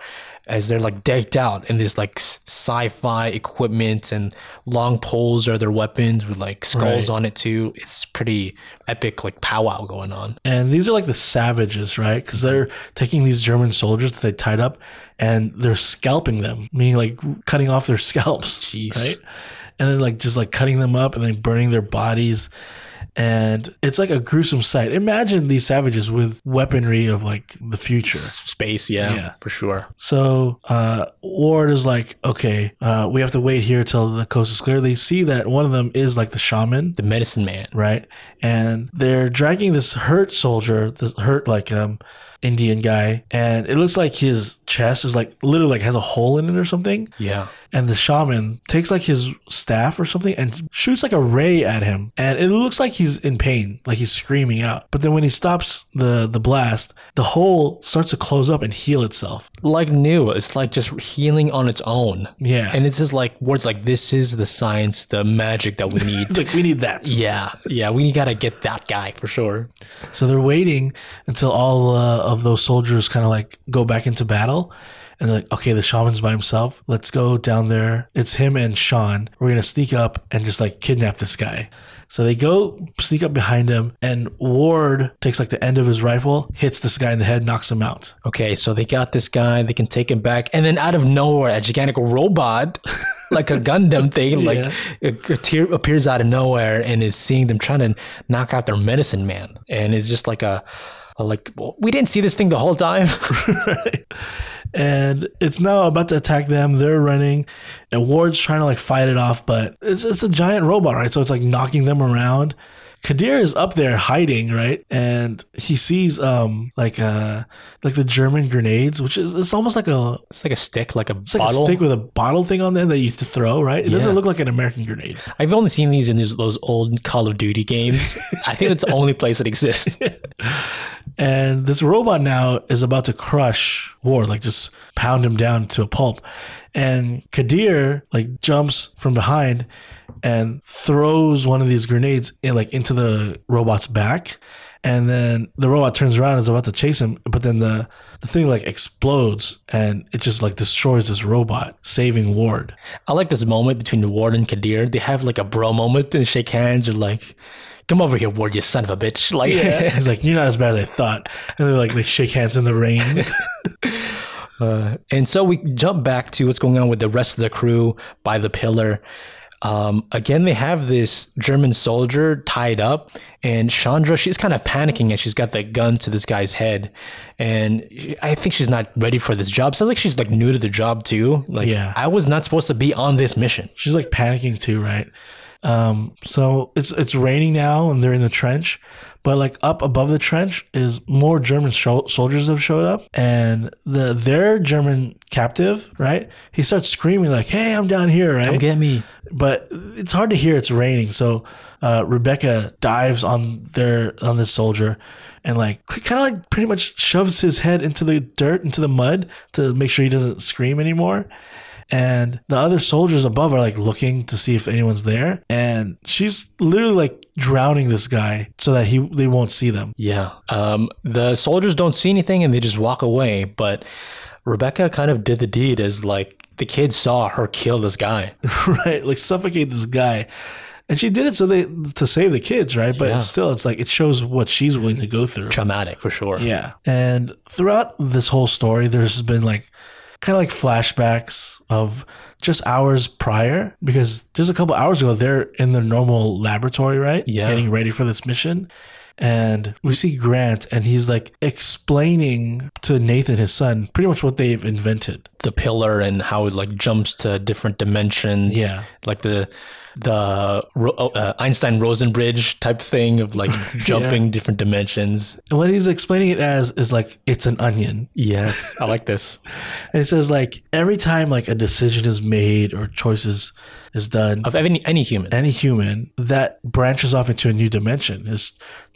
[SPEAKER 2] as they're like decked out in this like s- sci-fi equipment and long poles are their weapons with like skulls
[SPEAKER 1] Right.
[SPEAKER 2] on it too it's pretty epic like powwow going on
[SPEAKER 1] And these are like the savages, right? Because they're taking these German soldiers that they tied up, and they're scalping them, meaning like cutting off their scalps,
[SPEAKER 2] Jeez.
[SPEAKER 1] right? And then like just like cutting them up and then burning their bodies. and it's like a gruesome sight. Imagine these savages with weaponry of like the future.
[SPEAKER 2] Space, yeah,
[SPEAKER 1] Yeah.
[SPEAKER 2] for sure.
[SPEAKER 1] So uh, Ward is like, okay, uh, we have to wait here till the coast is clear. They see that one of them is like the shaman,
[SPEAKER 2] The medicine man.
[SPEAKER 1] right? And they're dragging this hurt soldier, this hurt like um Indian guy, and it looks like his chest is like literally like has a hole in it or something.
[SPEAKER 2] Yeah.
[SPEAKER 1] And the shaman takes like his staff or something and shoots like a ray at him, and it looks like he's in pain, like he's screaming out. But then when he stops the the blast, the hole starts to close up and heal itself.
[SPEAKER 2] Like new, it's like just healing on its own.
[SPEAKER 1] Yeah.
[SPEAKER 2] And it's just like words like this is the science, the magic that we need.
[SPEAKER 1] It's like we need that.
[SPEAKER 2] yeah. Yeah, we gotta get that guy for sure.
[SPEAKER 1] So they're waiting until all uh, of those soldiers kind of like go back into battle, and they're like, "Okay, the shaman's by himself. Let's go down there. It's him and Sean. We're gonna sneak up and just like kidnap this guy." So they go sneak up behind him, and Ward takes like the end of his rifle, hits this guy in the head, knocks him out.
[SPEAKER 2] Okay, so they got this guy, they can take him back, and then out of nowhere, a gigantic robot, like a Gundam thing, like a, a tear appears out of nowhere and is seeing them trying to knock out their medicine man, and it's just like a, a like well, we didn't see this thing the whole time. (laughs)
[SPEAKER 1] and it's now about to attack them. They're running, and Ward's trying to like fight it off, but it's it's a giant robot, right? So it's like knocking them around. Kadir is up there hiding, right? And he sees um like uh like the German grenades, which is it's almost like a
[SPEAKER 2] it's like a stick, like a
[SPEAKER 1] it's like
[SPEAKER 2] bottle.
[SPEAKER 1] a stick with a bottle thing on there that you used to throw, right? It doesn't
[SPEAKER 2] Yeah.
[SPEAKER 1] look like an American grenade.
[SPEAKER 2] I've only seen these in these, those old Call of
[SPEAKER 1] (laughs)
[SPEAKER 2] Duty games. I think that's the only place it exists.
[SPEAKER 1] And this robot now is about to crush Ward, like just pound him down to a pulp. And Kadir like jumps from behind and throws one of these grenades in, like into the robot's back. And then the robot turns around and is about to chase him, but then the, the thing like explodes and it just like destroys this robot, saving Ward.
[SPEAKER 2] I like this moment between Ward and Kadir. They have like a bro moment and shake hands or like, come over here, Ward, you son of a bitch. Like,
[SPEAKER 1] (laughs) He's like, You're not as bad as I thought. And they're like they shake hands in the rain.
[SPEAKER 2] Uh, and so we jump back to what's going on with the rest of the crew by the pillar. Um, again, they have this German soldier tied up, and Chandra, she's kind of panicking and she's got the gun to this guy's head. And she- I think she's not ready for this job. Sounds like she's like new to the job, too. Like,
[SPEAKER 1] Yeah.
[SPEAKER 2] I was not supposed to be on this mission.
[SPEAKER 1] She's like panicking too, right? Um, so it's it's raining now, and they're in the trench, but like up above the trench is more German sho- soldiers have showed up, and the their German captive, right? He starts screaming like, "Hey, I'm down here!" Right?
[SPEAKER 2] get me.
[SPEAKER 1] but it's hard to hear. It's raining, so uh, Rebecca dives on their on this soldier, and like kind of like pretty much shoves his head into the dirt, into the mud to make sure he doesn't scream anymore. And the other soldiers above are like looking to see if anyone's there, and she's literally like drowning this guy so that he they won't see them. (laughs)
[SPEAKER 2] Yeah. Um, the soldiers don't see anything and they just walk away. But Rebecca kind of did the deed as like the kids saw her kill this guy.
[SPEAKER 1] right? Like suffocate this guy. And she did it so they to save the kids, right? But
[SPEAKER 2] Yeah.
[SPEAKER 1] still, it's like it shows what she's willing to go through.
[SPEAKER 2] Traumatic for sure.
[SPEAKER 1] Yeah. And throughout this whole story, there's been like kind of like flashbacks of just hours prior, because just a couple hours ago, they're in their normal laboratory, right?
[SPEAKER 2] Yeah.
[SPEAKER 1] Getting ready for this mission. And we see Grant, and he's like explaining to Nathan, his son, pretty much what they've invented.
[SPEAKER 2] the pillar and how it like jumps to different dimensions.
[SPEAKER 1] Yeah.
[SPEAKER 2] like the the Ro- uh, Einstein Rosen bridge type thing
[SPEAKER 1] (laughs)
[SPEAKER 2] of like jumping different dimensions.
[SPEAKER 1] And what he's explaining it as is like, it's an onion.
[SPEAKER 2] Yes, I like this.
[SPEAKER 1] And it says, like, every time like a decision is made or choices is done,
[SPEAKER 2] Of any any human,
[SPEAKER 1] any human that branches off into a new dimension is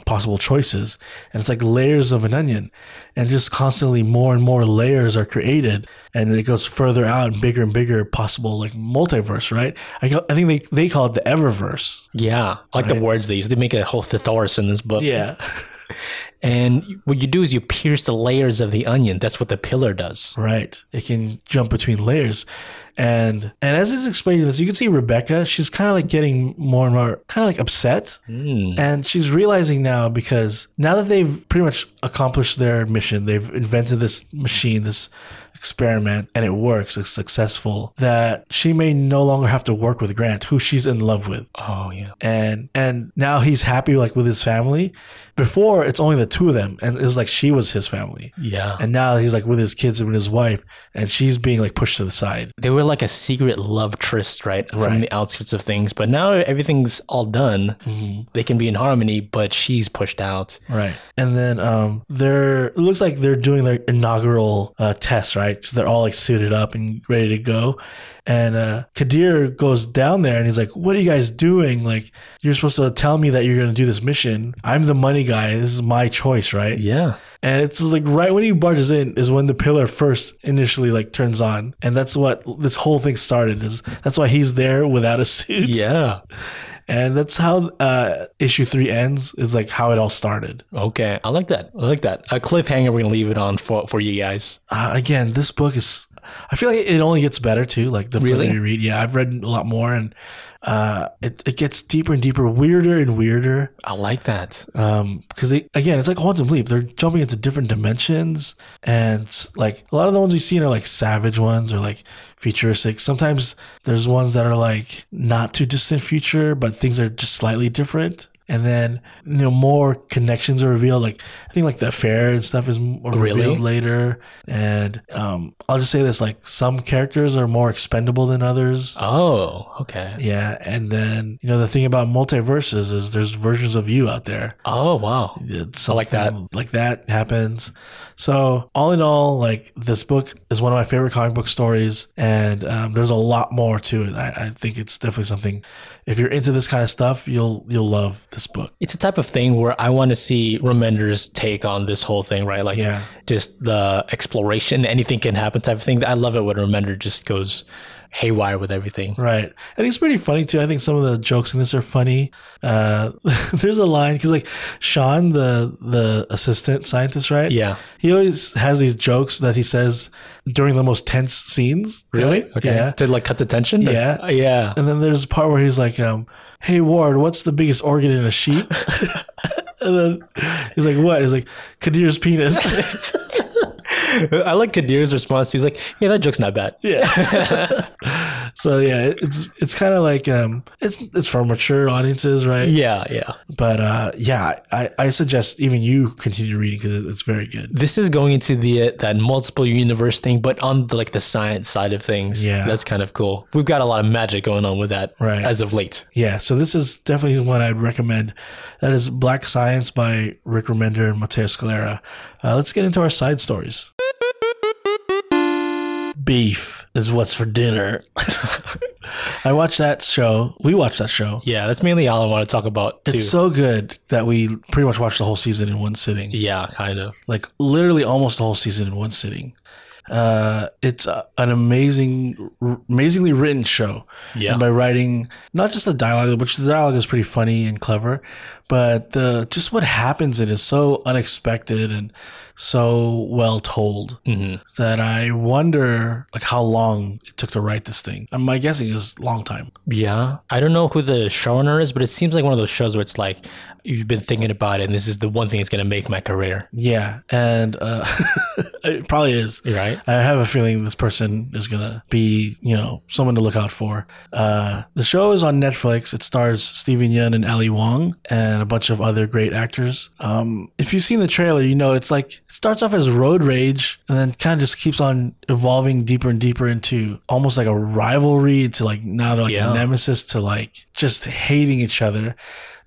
[SPEAKER 1] possible choices and it's like layers of an onion and just constantly more and more layers are created and it goes further out and bigger and bigger possible like multiverse right i, ca- I think they, they call it the eververse
[SPEAKER 2] yeah, I like the words they use. They make a whole thesaurus in this book.
[SPEAKER 1] yeah
[SPEAKER 2] and what you do is you pierce the layers of the onion. That's what the pillar does.
[SPEAKER 1] right it can jump between layers And and as he's explaining this, you can see Rebecca. She's kind of like getting more and more kind of like upset,
[SPEAKER 2] Hmm.
[SPEAKER 1] and she's realizing now because now that they've pretty much accomplished their mission, they've invented this machine, this experiment, and it works. It's successful. That she may no longer have to work with Grant, who she's in love with
[SPEAKER 2] Oh yeah.
[SPEAKER 1] and and now he's happy like with his family before it's only the two of them and it was like she was his family
[SPEAKER 2] Yeah.
[SPEAKER 1] and now he's like with his kids and with his wife and she's being like pushed to the side
[SPEAKER 2] they were like a secret love tryst, right? From
[SPEAKER 1] Right.
[SPEAKER 2] the outskirts of things. But now everything's all done. They can be in harmony, but she's pushed out.
[SPEAKER 1] right and then um they're it looks like they're doing their inaugural uh test right so they're all like suited up and ready to go and uh kadir goes down there and he's like what are you guys doing like you're supposed to tell me that you're gonna do this mission i'm the money guy this is my choice right
[SPEAKER 2] Yeah.
[SPEAKER 1] And it's like right when he barges in is when the pillar first initially like turns on, and that's what this whole thing started. Is that's why he's there without a suit.
[SPEAKER 2] Yeah.
[SPEAKER 1] and that's how uh, issue three ends. Is like how it all started.
[SPEAKER 2] Okay. I like that. I like that. A cliffhanger. We're gonna leave it on for for you guys.
[SPEAKER 1] Uh, again, this book is. I feel like it only gets better too. Like the
[SPEAKER 2] Really?
[SPEAKER 1] further you read, yeah, I've read a lot more, and uh, it it gets deeper and deeper, weirder and weirder.
[SPEAKER 2] I like that.
[SPEAKER 1] um because they again it's like quantum leap they're jumping into different dimensions and like a lot of the ones we've seen are like savage ones or like futuristic sometimes there's ones that are like not too distant future but things are just slightly different and then you know more connections are revealed like i think like the affair and stuff is more
[SPEAKER 2] Really?
[SPEAKER 1] revealed later and um i'll just say this like some characters are more expendable than others
[SPEAKER 2] Oh. Okay.
[SPEAKER 1] yeah and then you know the thing about multiverses is there's versions of you out there
[SPEAKER 2] Oh wow.
[SPEAKER 1] it's
[SPEAKER 2] I like that.
[SPEAKER 1] something Like that happens. So all in all, like this book is one of my favorite comic book stories, and um, there's a lot more to it. I, I think it's definitely something. If you're into this kind of stuff, you'll you'll love this book.
[SPEAKER 2] It's a type of thing where I want to see Remender's take on this whole thing, right? Like,
[SPEAKER 1] Yeah.
[SPEAKER 2] just the exploration, (laughs) anything can happen type of thing. I love it when Remender just goes haywire with everything.
[SPEAKER 1] Right, and he's pretty funny too. I think some of the jokes in this are funny. Uh, (laughs) there's a line because like Sean, the the assistant scientist, right?
[SPEAKER 2] Yeah.
[SPEAKER 1] he always has these jokes that he says during the most tense scenes.
[SPEAKER 2] Really? Okay.
[SPEAKER 1] Yeah.
[SPEAKER 2] To like cut the tension? or-
[SPEAKER 1] Yeah.
[SPEAKER 2] Uh, Yeah. (laughs)
[SPEAKER 1] And then there's a part where he's like, um, "Hey Ward, what's the biggest organ in a sheep?" (laughs) and then he's like, "What?" He's like, "Kadir's penis." (laughs)
[SPEAKER 2] I like Kadir's response. He's like, yeah, that joke's not bad.
[SPEAKER 1] yeah. (laughs) so yeah, it- it's it's kind of like um, it's it's for mature audiences, right?
[SPEAKER 2] Yeah. Yeah.
[SPEAKER 1] But uh, yeah, I I suggest even you continue reading because it's very good.
[SPEAKER 2] This is going into the uh, that multiple universe thing, but on the, like the science side of things.
[SPEAKER 1] Yeah.
[SPEAKER 2] That's kind of cool. We've got a lot of magic going on with that
[SPEAKER 1] Right.
[SPEAKER 2] as of late.
[SPEAKER 1] Yeah, so this is definitely one I'd recommend. That is Black Science by Rick Remender and Mateo Scalera. Uh, let's get into our side stories. Beef is what's for dinner. (laughs) I watched that show. We watched that show.
[SPEAKER 2] Yeah. That's mainly all I want to talk about too.
[SPEAKER 1] It's so good that we pretty much watched the whole season in one sitting
[SPEAKER 2] yeah. Kind of.
[SPEAKER 1] like literally almost the whole season in one sitting. Uh, it's uh an amazing, r- amazingly written show.
[SPEAKER 2] Yeah.
[SPEAKER 1] And by writing not just the dialogue, which the dialogue is pretty funny and clever, but the just what happens in is so unexpected and so well told
[SPEAKER 2] Mm-hmm.
[SPEAKER 1] that I wonder like how long it took to write this thing. And my guessing is long time.
[SPEAKER 2] Yeah. I don't know who the showrunner is, but it seems like one of those shows where it's like, you've been thinking about it, and this is the one thing that's going to make my career.
[SPEAKER 1] Yeah, and uh, (laughs) it probably is.
[SPEAKER 2] Right.
[SPEAKER 1] I have a feeling this person is gonna be, you know, someone to look out for. Uh, the show is on Netflix. It stars Steven Yeun and Ali Wong and a bunch of other great actors. Um, if you've seen the trailer, you know it's like it starts off as road rage and then kind of just keeps on evolving deeper and deeper into almost like a rivalry to like now they're like
[SPEAKER 2] Yeah.
[SPEAKER 1] nemesis to like just hating each other.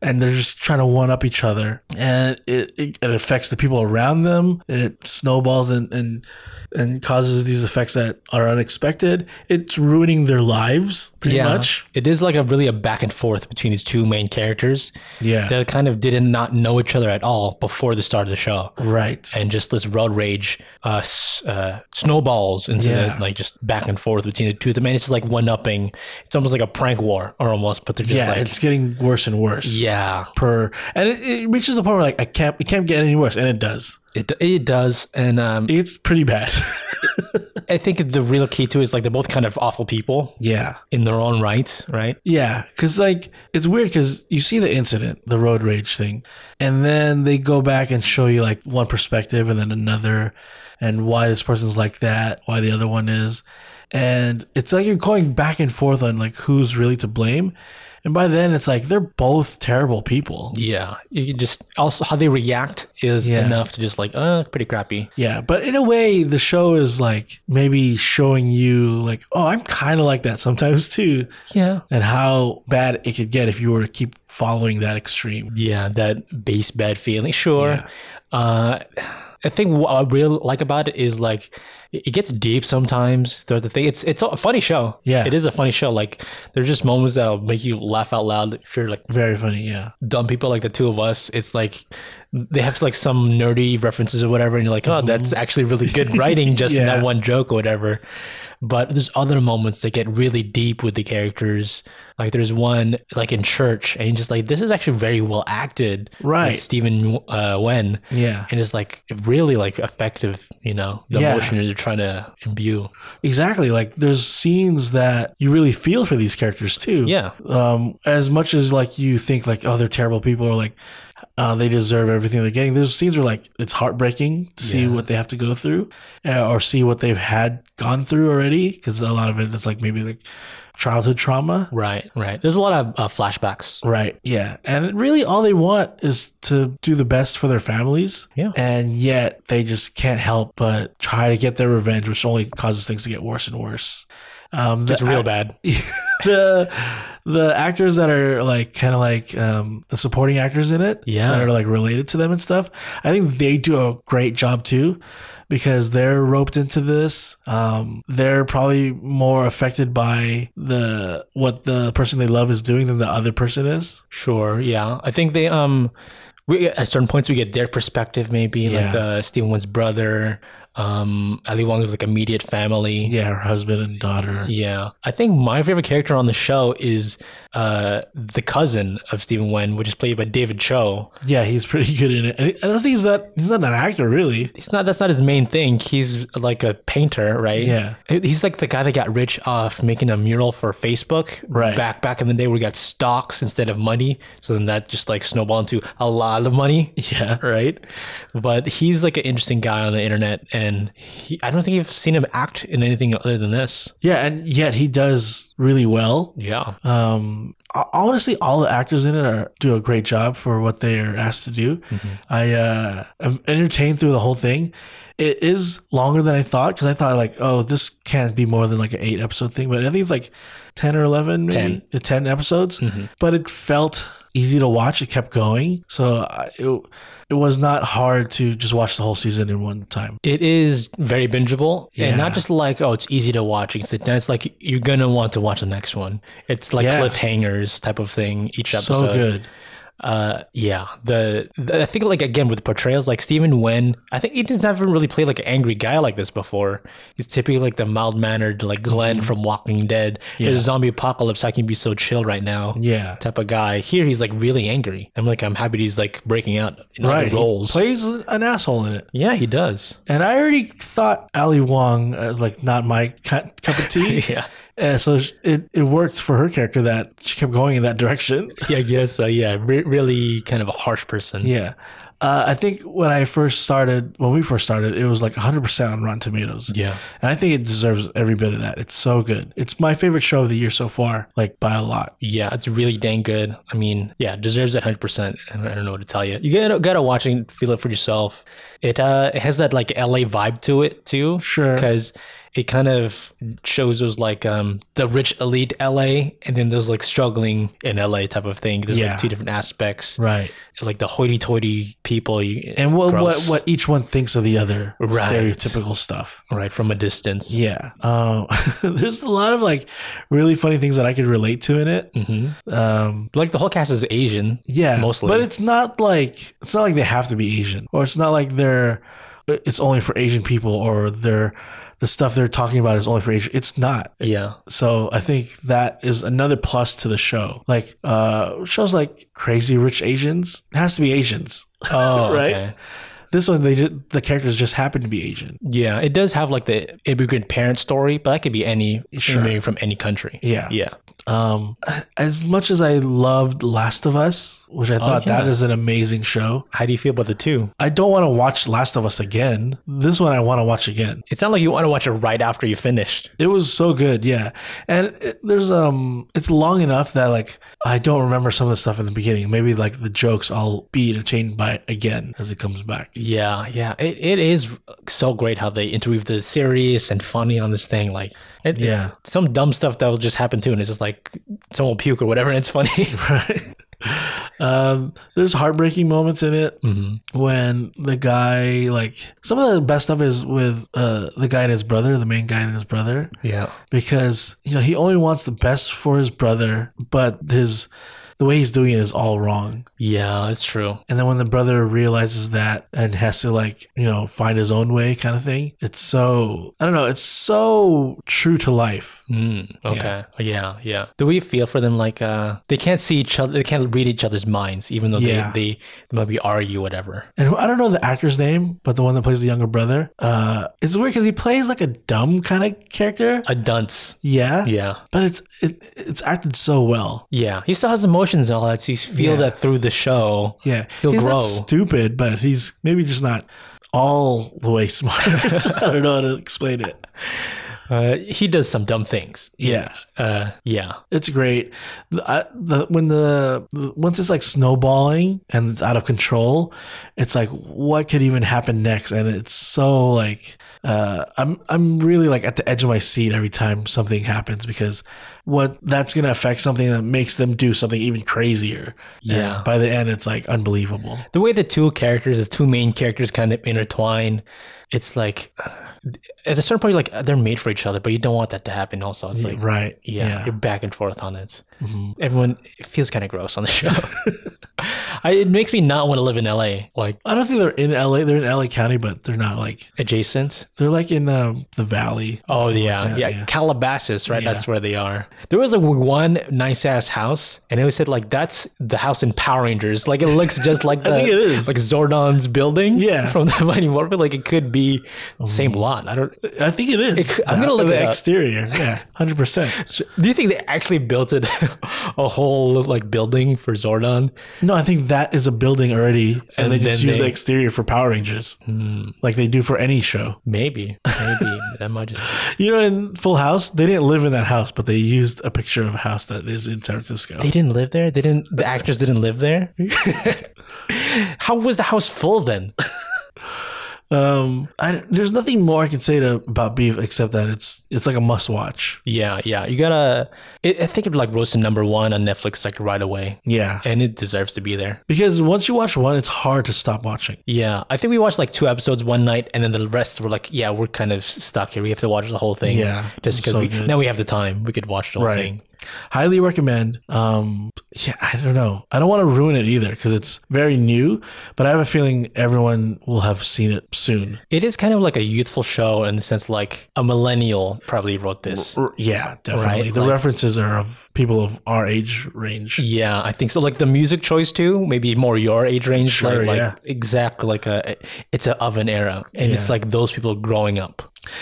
[SPEAKER 1] And they're just trying to one up each other, and it, it, it affects the people around them. It snowballs and, and and causes these effects that are unexpected. It's ruining their lives pretty much.
[SPEAKER 2] It is like a really a back and forth between these two main characters
[SPEAKER 1] Yeah.
[SPEAKER 2] that kind of didn't not know each other at all before the start of the show.
[SPEAKER 1] right.
[SPEAKER 2] And just this road rage uh, s- uh, snowballs into
[SPEAKER 1] Yeah.
[SPEAKER 2] the, like just back and forth between the two of them. And it's just like one upping. It's almost like a prank war or almost, but they're just
[SPEAKER 1] Yeah,
[SPEAKER 2] like,
[SPEAKER 1] it's getting worse and worse.
[SPEAKER 2] yeah,
[SPEAKER 1] Per and it, it reaches the point where like I can't it can't get any worse and it does.
[SPEAKER 2] it, it does. And um,
[SPEAKER 1] (laughs) It's pretty bad.
[SPEAKER 2] I think the real key too is like they're both kind of awful people
[SPEAKER 1] Yeah.
[SPEAKER 2] in their own right, right?
[SPEAKER 1] Yeah, because like it's weird because you see the incident, the road rage thing, and then they go back and show you like one perspective and then another, and why this person's like that, why the other one is, and it's like you're going back and forth on like who's really to blame, and by then it's like they're both terrible people.
[SPEAKER 2] Yeah, you can just also how they react is
[SPEAKER 1] Yeah.
[SPEAKER 2] enough to just like, uh, pretty crappy.
[SPEAKER 1] Yeah, but in a way, the show is like maybe showing you like, oh, I'm kind of like that sometimes too,
[SPEAKER 2] Yeah,
[SPEAKER 1] and how bad it could get if you were to keep following that extreme.
[SPEAKER 2] yeah, that base bad feeling. Sure.
[SPEAKER 1] Yeah.
[SPEAKER 2] Uh, I think what I really like about it is like it gets deep sometimes throughout the thing. It's it's a funny show.
[SPEAKER 1] Yeah.
[SPEAKER 2] it is a funny show. Like there's just moments that'll make you laugh out loud. If you're like
[SPEAKER 1] Very funny, yeah.
[SPEAKER 2] dumb people like the two of us, it's like they have like some nerdy references or whatever, and you're like, oh, that's actually really (laughs) good writing just in
[SPEAKER 1] Yeah.
[SPEAKER 2] that one joke or whatever. But there's other moments that get really deep with the characters. Like there's one like in church, and you're just like, this is actually very well acted. with
[SPEAKER 1] Right.
[SPEAKER 2] Stephen uh, Wen.
[SPEAKER 1] Yeah.
[SPEAKER 2] And it's like really like effective, you know, the
[SPEAKER 1] Yeah.
[SPEAKER 2] emotion you're trying to imbue.
[SPEAKER 1] Exactly. Like there's scenes that you really feel for these characters too.
[SPEAKER 2] Yeah.
[SPEAKER 1] Um, as much as like you think like oh they're terrible people or like uh, they deserve everything they're getting. There's scenes where like it's heartbreaking to see
[SPEAKER 2] Yeah.
[SPEAKER 1] what they have to go through uh, or see what they've had gone through already because a lot of it is like maybe like childhood trauma.
[SPEAKER 2] Right, right. There's a lot of uh, flashbacks.
[SPEAKER 1] Right. Yeah. And really all they want is to do the best for their families.
[SPEAKER 2] Yeah.
[SPEAKER 1] And yet they just can't help but try to get their revenge, which only causes things to get worse and worse. Um, the
[SPEAKER 2] It's real
[SPEAKER 1] ac-
[SPEAKER 2] bad.
[SPEAKER 1] (laughs) the the actors that are like kind of like um, the supporting actors in it
[SPEAKER 2] Yeah.
[SPEAKER 1] that are like related to them and stuff i think they do a great job too because they're roped into this um, they're probably more affected by the what the person they love is doing than the other person is
[SPEAKER 2] Sure. Yeah. I think they um we at certain points we get their perspective maybe
[SPEAKER 1] Yeah.
[SPEAKER 2] like the Stephen Wyn's brother, um Ali Wong's like immediate family.
[SPEAKER 1] yeah her husband and daughter
[SPEAKER 2] Yeah. I think my favorite character on the show is uh the cousin of Stephen Wen, which is played by David Cho.
[SPEAKER 1] yeah he's pretty good in it And i don't think he's that he's not an actor really
[SPEAKER 2] He's not that's not his main thing. He's like a painter, right?
[SPEAKER 1] Yeah.
[SPEAKER 2] He's like the guy that got rich off making a mural for Facebook.
[SPEAKER 1] Right.
[SPEAKER 2] Back back in the day where we got stocks instead of money. So then that just like snowballed into a lot of money.
[SPEAKER 1] yeah
[SPEAKER 2] right? But he's like an interesting guy on the internet, and he, I don't think I've seen him act in anything other than this.
[SPEAKER 1] yeah and yet he does really well
[SPEAKER 2] Yeah,
[SPEAKER 1] Um, ho- honestly, all the actors in it are do a great job for what they are asked to do. I uh, am entertained through the whole thing. It is longer than I thought because I thought like, oh, this can't be more than like an eight episode thing, but I think it's like ten or eleven, maybe
[SPEAKER 2] 10.
[SPEAKER 1] the ten episodes. But it felt easy to watch. It kept going, so I, it it was not hard to just watch the whole season in one time.
[SPEAKER 2] it is very bingeable,
[SPEAKER 1] Yeah.
[SPEAKER 2] and not just like oh, it's easy to watch. It's, it's like you're gonna want to watch the next one. It's like
[SPEAKER 1] Yeah.
[SPEAKER 2] cliffhangers type of thing each episode.
[SPEAKER 1] So good.
[SPEAKER 2] Uh, yeah. The, the- I think like again with portrayals like Stephen Wen, I think he does never really played like an angry guy like this before. He's typically like the mild mannered like Glenn
[SPEAKER 1] Mm-hmm.
[SPEAKER 2] from Walking Dead. There's a zombie apocalypse. I can be so chill right now.
[SPEAKER 1] Yeah.
[SPEAKER 2] type of guy. Here, he's like really angry. I'm like, I'm happy he's like breaking out in other
[SPEAKER 1] Right. He
[SPEAKER 2] roles.
[SPEAKER 1] plays an asshole in it.
[SPEAKER 2] yeah, he does.
[SPEAKER 1] And I already thought Ali Wong as like not my cu- cup of tea.
[SPEAKER 2] (laughs) Yeah,
[SPEAKER 1] Uh, so sh- it, it worked for her character that she kept going in that
[SPEAKER 2] (laughs)
[SPEAKER 1] direction.
[SPEAKER 2] yeah, I guess so. Yeah, re- really kind of a harsh person.
[SPEAKER 1] Yeah. Uh, I think when I first started, when we first started, it was like 100% on Rotten Tomatoes.
[SPEAKER 2] Yeah.
[SPEAKER 1] And I think it deserves every bit of that. It's so good. It's my favorite show of the year so far, like by a lot.
[SPEAKER 2] Yeah, it's really dang good. I mean, yeah, deserves it 100%. And I don't know what to tell you. You gotta, gotta watch it and feel it for yourself. It uh, it has that like LA vibe to it too.
[SPEAKER 1] Sure.
[SPEAKER 2] Because it kind of shows those like um the rich elite LA and then those like struggling in LA type of thing. There's
[SPEAKER 1] Yeah.
[SPEAKER 2] like two different aspects.
[SPEAKER 1] Right.
[SPEAKER 2] like the hoity-toity people you,
[SPEAKER 1] And what, what,
[SPEAKER 2] Gross.
[SPEAKER 1] what each one thinks of the other
[SPEAKER 2] Right.
[SPEAKER 1] stereotypical stuff.
[SPEAKER 2] right from a distance
[SPEAKER 1] Yeah. Um, (laughs) there's a lot of like really funny things that I could relate to in it.
[SPEAKER 2] Mhm.
[SPEAKER 1] Um,
[SPEAKER 2] like the whole cast is asian
[SPEAKER 1] Yeah,
[SPEAKER 2] mostly.
[SPEAKER 1] But it's not like it's not like they have to be Asian, or it's not like they're it's only for Asian people, or they're the stuff they're talking about is only for Asian. It's not.
[SPEAKER 2] yeah
[SPEAKER 1] So I think that is another plus to the show. Like uh shows like Crazy Rich Asians it has to be Asians.
[SPEAKER 2] oh (laughs)
[SPEAKER 1] Right?
[SPEAKER 2] okay
[SPEAKER 1] This one, they just, the characters just happen to be Asian.
[SPEAKER 2] Yeah, it does have like the immigrant parent story, but that could be any
[SPEAKER 1] Sure.
[SPEAKER 2] immigrant from any country.
[SPEAKER 1] Yeah.
[SPEAKER 2] Yeah.
[SPEAKER 1] Um, as much as I loved Last of Us, which I thought that
[SPEAKER 2] Oh, yeah.
[SPEAKER 1] is an amazing show,
[SPEAKER 2] How do you feel about the two?
[SPEAKER 1] I don't want to watch Last of Us again. This one I want to watch again.
[SPEAKER 2] It sounded like you want to watch it right after you finished.
[SPEAKER 1] It was so good, yeah. And it, there's um, it's long enough that like I don't remember some of the stuff in the beginning. Maybe like the jokes I'll be entertained by it again as it comes back.
[SPEAKER 2] Yeah, yeah. It, it is so great how they interweave the serious and funny on this thing. Like, it,
[SPEAKER 1] Yeah.
[SPEAKER 2] some dumb stuff that will just happen too, and it's just like someone will puke or whatever, and it's funny.
[SPEAKER 1] (laughs)
[SPEAKER 2] (laughs)
[SPEAKER 1] Right. Um, there's heartbreaking moments in it
[SPEAKER 2] Mm-hmm.
[SPEAKER 1] when the guy like some of the best stuff is with uh the guy and his brother, the main guy and his brother,
[SPEAKER 2] yeah.
[SPEAKER 1] because you know he only wants the best for his brother, but his the way he's doing it is all wrong.
[SPEAKER 2] Yeah, it's true.
[SPEAKER 1] And then when the brother realizes that and has to like you know find his own way, kind of thing, it's so I don't know, it's so true to life.
[SPEAKER 2] Mm, okay. Yeah. yeah. Do we feel for them like uh they can't see each other they can't read each other's minds even though
[SPEAKER 1] Yeah.
[SPEAKER 2] they, they they might be argue whatever.
[SPEAKER 1] And I don't know the actor's name, but the one that plays the younger brother, uh, it's weird because he plays like a dumb kind of character.
[SPEAKER 2] A dunce.
[SPEAKER 1] Yeah,
[SPEAKER 2] Yeah.
[SPEAKER 1] but it's it, it's acted so well.
[SPEAKER 2] Yeah. He still has emotions and all that, so you feel
[SPEAKER 1] Yeah.
[SPEAKER 2] that through the show.
[SPEAKER 1] Yeah,
[SPEAKER 2] He'll
[SPEAKER 1] he's
[SPEAKER 2] grow.
[SPEAKER 1] not stupid, but he's maybe just not all the way (laughs) smart. I don't know how to explain it.
[SPEAKER 2] Uh, he does some dumb things.
[SPEAKER 1] Yeah,
[SPEAKER 2] Uh yeah.
[SPEAKER 1] it's great. The, I, the when the the- once it's like snowballing and it's out of control, it's like what could even happen next? And it's so like uh, I'm I'm really like at the edge of my seat every time something happens because what that's gonna affect something that makes them do something even crazier. And
[SPEAKER 2] Yeah.
[SPEAKER 1] by the end, it's like unbelievable.
[SPEAKER 2] the way the two characters, the two main characters, kind of intertwine, it's like at a certain point, you're like they're made for each other, but you don't want that to happen. Also, it's like
[SPEAKER 1] right. Mm-hmm.
[SPEAKER 2] yeah, you're back and forth on it. Everyone, it feels kind of gross on the show. (laughs) I, it makes me not want to live in LA, like
[SPEAKER 1] I don't think they're in LA. They're in LA County, but they're not like
[SPEAKER 2] adjacent.
[SPEAKER 1] they're like in um, the valley.
[SPEAKER 2] Oh yeah,
[SPEAKER 1] that,
[SPEAKER 2] yeah,
[SPEAKER 1] yeah.
[SPEAKER 2] Calabasas, right? That's where they are. There was like one nice ass house, and it was said like that's the house in Power Rangers. Like it looks
[SPEAKER 1] (laughs)
[SPEAKER 2] just like the
[SPEAKER 1] think it is.
[SPEAKER 2] like Zordon's building,
[SPEAKER 1] Yeah.
[SPEAKER 2] (laughs)
[SPEAKER 1] Oh,
[SPEAKER 2] from the Mighty Morphin. Like it could be same lot. I don't.
[SPEAKER 1] I think it is.
[SPEAKER 2] It- I'm gonna look
[SPEAKER 1] the
[SPEAKER 2] it up.
[SPEAKER 1] exterior. Yeah, hundred percent.
[SPEAKER 2] Do you think they actually built it (laughs) a whole like building for Zordon?
[SPEAKER 1] No, I think that is a building already, and,
[SPEAKER 2] And
[SPEAKER 1] they just
[SPEAKER 2] then
[SPEAKER 1] use the
[SPEAKER 2] they- Hmm.
[SPEAKER 1] exterior for Power Rangers, like they do for any show.
[SPEAKER 2] Maybe,
[SPEAKER 1] (laughs)
[SPEAKER 2] maybe that might just.
[SPEAKER 1] You know, in Full House, they didn't live in that house, but they used a picture of a house that is in San Francisco.
[SPEAKER 2] They didn't live there. They didn't. (laughs) The actors didn't live there. How was the house full then?
[SPEAKER 1] Um, I, there's nothing more I can say to about Beef except that it's it's like a must watch.
[SPEAKER 2] Yeah, yeah. You gotta. I I think it like rose to number one on Netflix like right away,
[SPEAKER 1] Yeah,
[SPEAKER 2] and it deserves to be there.
[SPEAKER 1] because once you watch one, it's hard to stop watching.
[SPEAKER 2] Yeah, I think we watched like two episodes one night, and then the rest were like, yeah, we're kind of stuck here. We have to watch the whole thing.
[SPEAKER 1] Yeah,
[SPEAKER 2] just because
[SPEAKER 1] so
[SPEAKER 2] we
[SPEAKER 1] good.
[SPEAKER 2] now we have the time, we could watch the whole
[SPEAKER 1] Right.
[SPEAKER 2] thing.
[SPEAKER 1] highly recommend um yeah i don't know i don't want to ruin it either because it's very new but i have a feeling everyone will have seen it soon
[SPEAKER 2] It is kind of like a youthful show in the sense like a millennial probably wrote this.
[SPEAKER 1] R- yeah definitely
[SPEAKER 2] Right,
[SPEAKER 1] the
[SPEAKER 2] like-
[SPEAKER 1] references are of people of our age range
[SPEAKER 2] Yeah, I think so. Like the music choice too, maybe more your age range.
[SPEAKER 1] Sure,
[SPEAKER 2] like, like
[SPEAKER 1] yeah.
[SPEAKER 2] exactly like a it's a of an era, and it's
[SPEAKER 1] Yeah.
[SPEAKER 2] like those people growing up.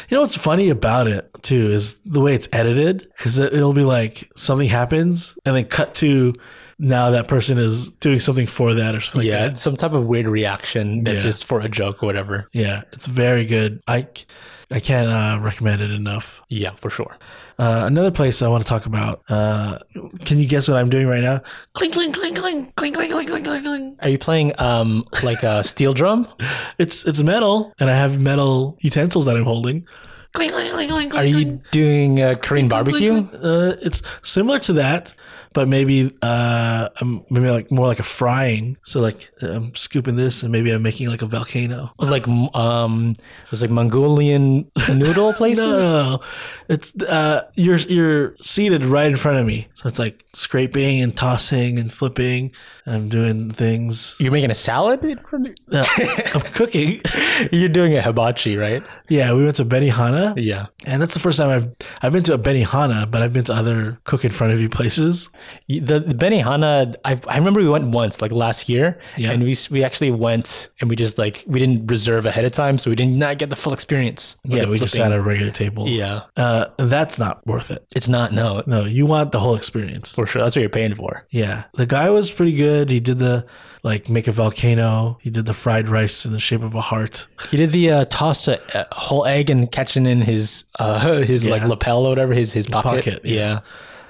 [SPEAKER 1] you know what's funny about it too is the way it's edited because it, it'll be like something happens and then cut to now that person is doing something for that or something
[SPEAKER 2] yeah,
[SPEAKER 1] like that.
[SPEAKER 2] uh, some type of weird reaction that's
[SPEAKER 1] Yeah.
[SPEAKER 2] just for a joke or whatever.
[SPEAKER 1] yeah it's very good i c- i can't uh, recommend it enough
[SPEAKER 2] Yeah, for sure.
[SPEAKER 1] Uh, another place I want to talk about. Uh, can you guess what I'm doing right now? Clink, clink, clink, clink, clink, clink, clink, clink, clink, clink.
[SPEAKER 2] Are you playing um like a steel drum?
[SPEAKER 1] It's it's metal, and I have metal utensils that I'm holding. Clink, clink, clink, clink,
[SPEAKER 2] Are
[SPEAKER 1] (laughs)
[SPEAKER 2] you doing a Korean barbecue?
[SPEAKER 1] Uh, it's similar to that, but maybe uh, um, maybe like more like a frying. So like I'm scooping this, and maybe I'm making like a volcano.
[SPEAKER 2] It was like um it was like Mongolian noodle places.
[SPEAKER 1] (laughs) No, it's uh, you're you're seated right in front of me, so it's like scraping and tossing and flipping. And I'm doing things.
[SPEAKER 2] You're making
[SPEAKER 1] (laughs)
[SPEAKER 2] a salad? (laughs)
[SPEAKER 1] Uh, I'm cooking.
[SPEAKER 2] You're doing a hibachi, right?
[SPEAKER 1] Yeah, we went to Benihana,
[SPEAKER 2] Yeah.
[SPEAKER 1] and that's the first time I've I've been to a Benihana, but I've been to other cook in front of you places.
[SPEAKER 2] the, the Benihana. I I remember we went once, like last year,
[SPEAKER 1] Yeah.
[SPEAKER 2] and we s- we actually went and we just like we didn't reserve ahead of time, so we did not get the full experience. with
[SPEAKER 1] yeah,
[SPEAKER 2] the
[SPEAKER 1] we just
[SPEAKER 2] flipping.
[SPEAKER 1] had a regular table.
[SPEAKER 2] Yeah,
[SPEAKER 1] Uh, that's not worth it.
[SPEAKER 2] it's not no
[SPEAKER 1] No, you want the whole experience.
[SPEAKER 2] for sure. That's what you're paying for.
[SPEAKER 1] Yeah, the guy was pretty good. He did the like make a volcano. He did the fried rice in the shape of a heart.
[SPEAKER 2] He did the uh, toss a, a whole egg and catching in his uh, (laughs) his like
[SPEAKER 1] Yeah.
[SPEAKER 2] lapel or whatever his his, pocket.
[SPEAKER 1] pocket, yeah.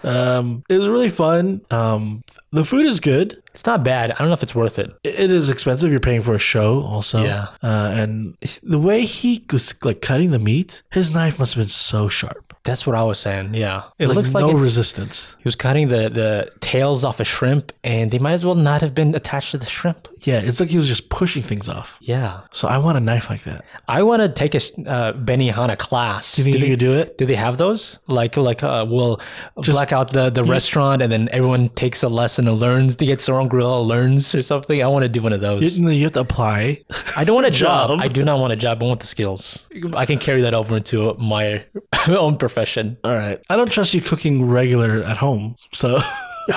[SPEAKER 2] yeah.
[SPEAKER 1] Um, it was really fun. Um, the food is good.
[SPEAKER 2] it's not bad. I don't know if it's worth it.
[SPEAKER 1] It it is expensive. You're paying for a show also.
[SPEAKER 2] Yeah.
[SPEAKER 1] Uh, and the way he was like cutting the meat, his knife must have been so sharp.
[SPEAKER 2] That's what I was saying. Yeah, it looks like
[SPEAKER 1] no
[SPEAKER 2] it's,
[SPEAKER 1] resistance.
[SPEAKER 2] he was cutting the the tails off a shrimp, and they might as well not have been attached to the shrimp.
[SPEAKER 1] Yeah, it's like he was just pushing things off.
[SPEAKER 2] Yeah,
[SPEAKER 1] So I want a knife like that.
[SPEAKER 2] I want to take a sh- uh, Benihana class.
[SPEAKER 1] Do you think you could do it?
[SPEAKER 2] Do they have those? Like, like, uh, we'll black out the, the restaurant, and then everyone takes a lesson and learns. They get their own grill, and learns or something. I want to do one of those.
[SPEAKER 1] You, no, you have to apply.
[SPEAKER 2] I don't want a job.
[SPEAKER 1] (laughs) job.
[SPEAKER 2] I do not want a job. I want the skills. I can carry that over into my (laughs) own profession.
[SPEAKER 1] All right. I don't trust you cooking regular at home. So. (laughs)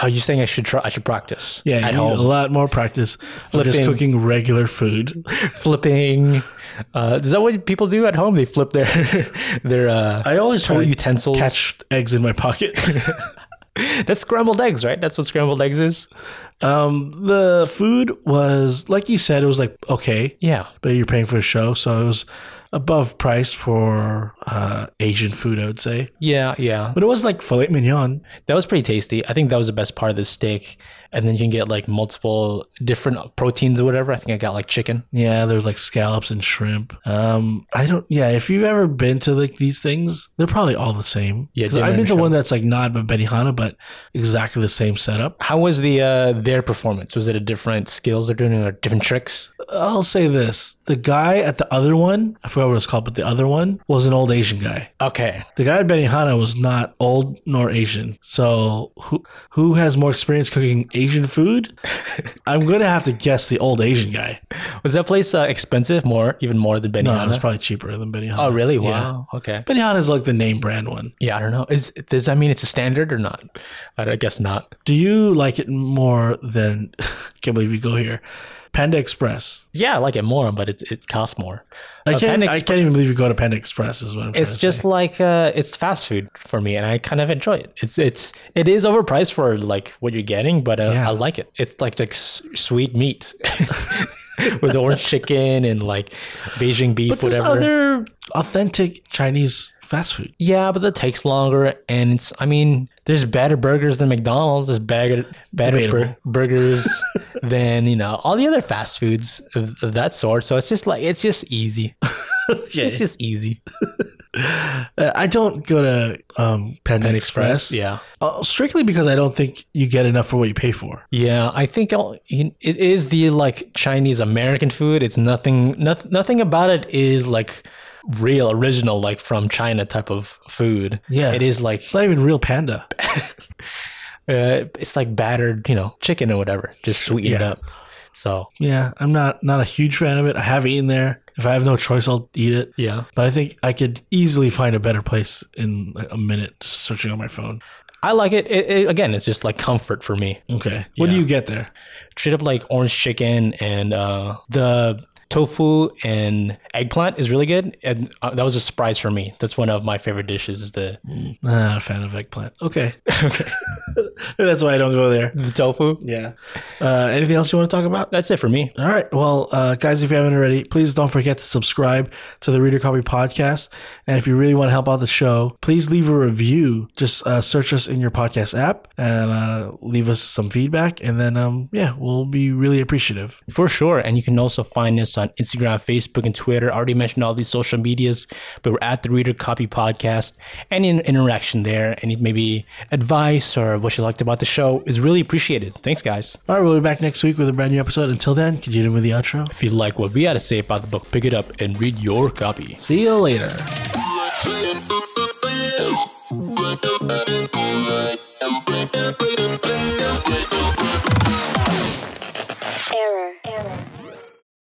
[SPEAKER 2] Are you Oh, saying I should try? I should practice.
[SPEAKER 1] Yeah,
[SPEAKER 2] at
[SPEAKER 1] you need a
[SPEAKER 2] home,
[SPEAKER 1] lot more practice for just
[SPEAKER 2] Flipping.
[SPEAKER 1] cooking regular food.
[SPEAKER 2] flipping. Uh, is that what people do at home? They flip their (laughs) their uh,
[SPEAKER 1] I always try to
[SPEAKER 2] utensils.
[SPEAKER 1] catch eggs in my pocket. (laughs)
[SPEAKER 2] That's scrambled eggs, right? That's what scrambled eggs is.
[SPEAKER 1] um, the food was, like you said, it was like okay,
[SPEAKER 2] Yeah,
[SPEAKER 1] but you're paying for a show, so it was above price for uh, Asian food, I would say.
[SPEAKER 2] yeah, yeah.
[SPEAKER 1] But it was like filet mignon.
[SPEAKER 2] That was pretty tasty. I think that was the best part of the steak. And then you can get like multiple different proteins or whatever. I think I got like chicken.
[SPEAKER 1] Yeah, there's like scallops and shrimp. Um, I don't. Yeah, if you've ever been to like these things, they're probably all the same.
[SPEAKER 2] Yeah,
[SPEAKER 1] 'Cause
[SPEAKER 2] dinner
[SPEAKER 1] I've
[SPEAKER 2] and
[SPEAKER 1] been to
[SPEAKER 2] show.
[SPEAKER 1] one that's like not but Benihana, but exactly the same setup.
[SPEAKER 2] How was the uh, their performance? Was it a different skills they're doing or different tricks?
[SPEAKER 1] I'll say this: the guy at the other one, I forgot what it's called, but the other one was an old Asian guy.
[SPEAKER 2] Okay,
[SPEAKER 1] The guy at Benihana was not old nor Asian. So who who has more experience cooking Asian
[SPEAKER 2] (laughs)
[SPEAKER 1] food? I'm gonna have to guess the old Asian guy.
[SPEAKER 2] was that place uh, expensive? More, even more than
[SPEAKER 1] No, it was
[SPEAKER 2] Benihana.
[SPEAKER 1] probably cheaper than Benihana.
[SPEAKER 2] oh, really?
[SPEAKER 1] Yeah.
[SPEAKER 2] Wow. Okay.
[SPEAKER 1] Benihana is like the name brand one.
[SPEAKER 2] Yeah, I don't know. Is does that mean it's a standard or not? I, don't- I guess not.
[SPEAKER 1] Do you like it more than? (laughs) can't believe you go here. Panda Express.
[SPEAKER 2] Yeah, I like it more, but it it costs more.
[SPEAKER 1] I
[SPEAKER 2] Uh,
[SPEAKER 1] can't.
[SPEAKER 2] Panda
[SPEAKER 1] I
[SPEAKER 2] Express-
[SPEAKER 1] can't even believe you go to Panda Express. Is what I'm. trying
[SPEAKER 2] It's
[SPEAKER 1] to
[SPEAKER 2] just
[SPEAKER 1] say.
[SPEAKER 2] like uh, it's fast food for me, and I kind of enjoy it. It's it's it is overpriced for like what you're getting, but uh,
[SPEAKER 1] Yeah.
[SPEAKER 2] I like it. It's like like s- sweet meat (laughs) with orange chicken and like Beijing beef,
[SPEAKER 1] But there's
[SPEAKER 2] whatever.
[SPEAKER 1] other authentic Chinese fast food.
[SPEAKER 2] yeah, but that takes longer, and it's I mean, there's better burgers than McDonald's. There's better better
[SPEAKER 1] Debatable.
[SPEAKER 2] bur- burgers
[SPEAKER 1] (laughs)
[SPEAKER 2] than you know all the other fast foods of, of that sort. So it's just like it's just easy. (laughs) It's just easy.
[SPEAKER 1] Uh, I don't go to um, Panda, Express,
[SPEAKER 2] Yeah.
[SPEAKER 1] uh, strictly because I don't think you get enough for what you pay for.
[SPEAKER 2] Yeah, I think I'll, it is the like Chinese American food. It's nothing, noth- nothing about it is like real original, like from China type of food.
[SPEAKER 1] Yeah.
[SPEAKER 2] it is like
[SPEAKER 1] It's not even real panda.
[SPEAKER 2] uh, it's like battered, you know, chicken or whatever, just sweetened
[SPEAKER 1] Yeah.
[SPEAKER 2] up. So
[SPEAKER 1] Yeah, I'm not not a huge fan of it. I have eaten there. If I have no choice, I'll eat it.
[SPEAKER 2] yeah,
[SPEAKER 1] But I think I could easily find a better place in like a minute just searching on my phone.
[SPEAKER 2] I like it. It, it. Again, it's just like comfort for me.
[SPEAKER 1] Okay. What do
[SPEAKER 2] Yeah.
[SPEAKER 1] you get there?
[SPEAKER 2] Straight up like orange chicken and uh, the tofu and eggplant is really good, and uh, that was a surprise for me. That's one of my favorite dishes. Is the
[SPEAKER 1] Not a fan of eggplant. Okay. (laughs) okay. That's why I don't go there.
[SPEAKER 2] the tofu.
[SPEAKER 1] Yeah. Uh, anything else you want to talk about?
[SPEAKER 2] That's it for me.
[SPEAKER 1] All right. Well, uh, guys, if you haven't already, please don't forget to subscribe to the Reader Copy podcast. And if you really want to help out the show, please leave a review. Just uh, search us in your podcast app and uh, leave us some feedback. And then, um, yeah, we'll be really appreciative.
[SPEAKER 2] For sure. And you can also find us on Instagram, Facebook, and Twitter. I already mentioned all these social medias, but we're at the Reader Copy Podcast. Any in- interaction there, any maybe advice or what you liked about the show is really appreciated. Thanks, guys.
[SPEAKER 1] All right. We'll be back next week with a brand new episode. Until then, continue with the outro.
[SPEAKER 2] If you like what we had to say about the book, pick it up and read your copy.
[SPEAKER 1] See you later.
[SPEAKER 3] Thank you.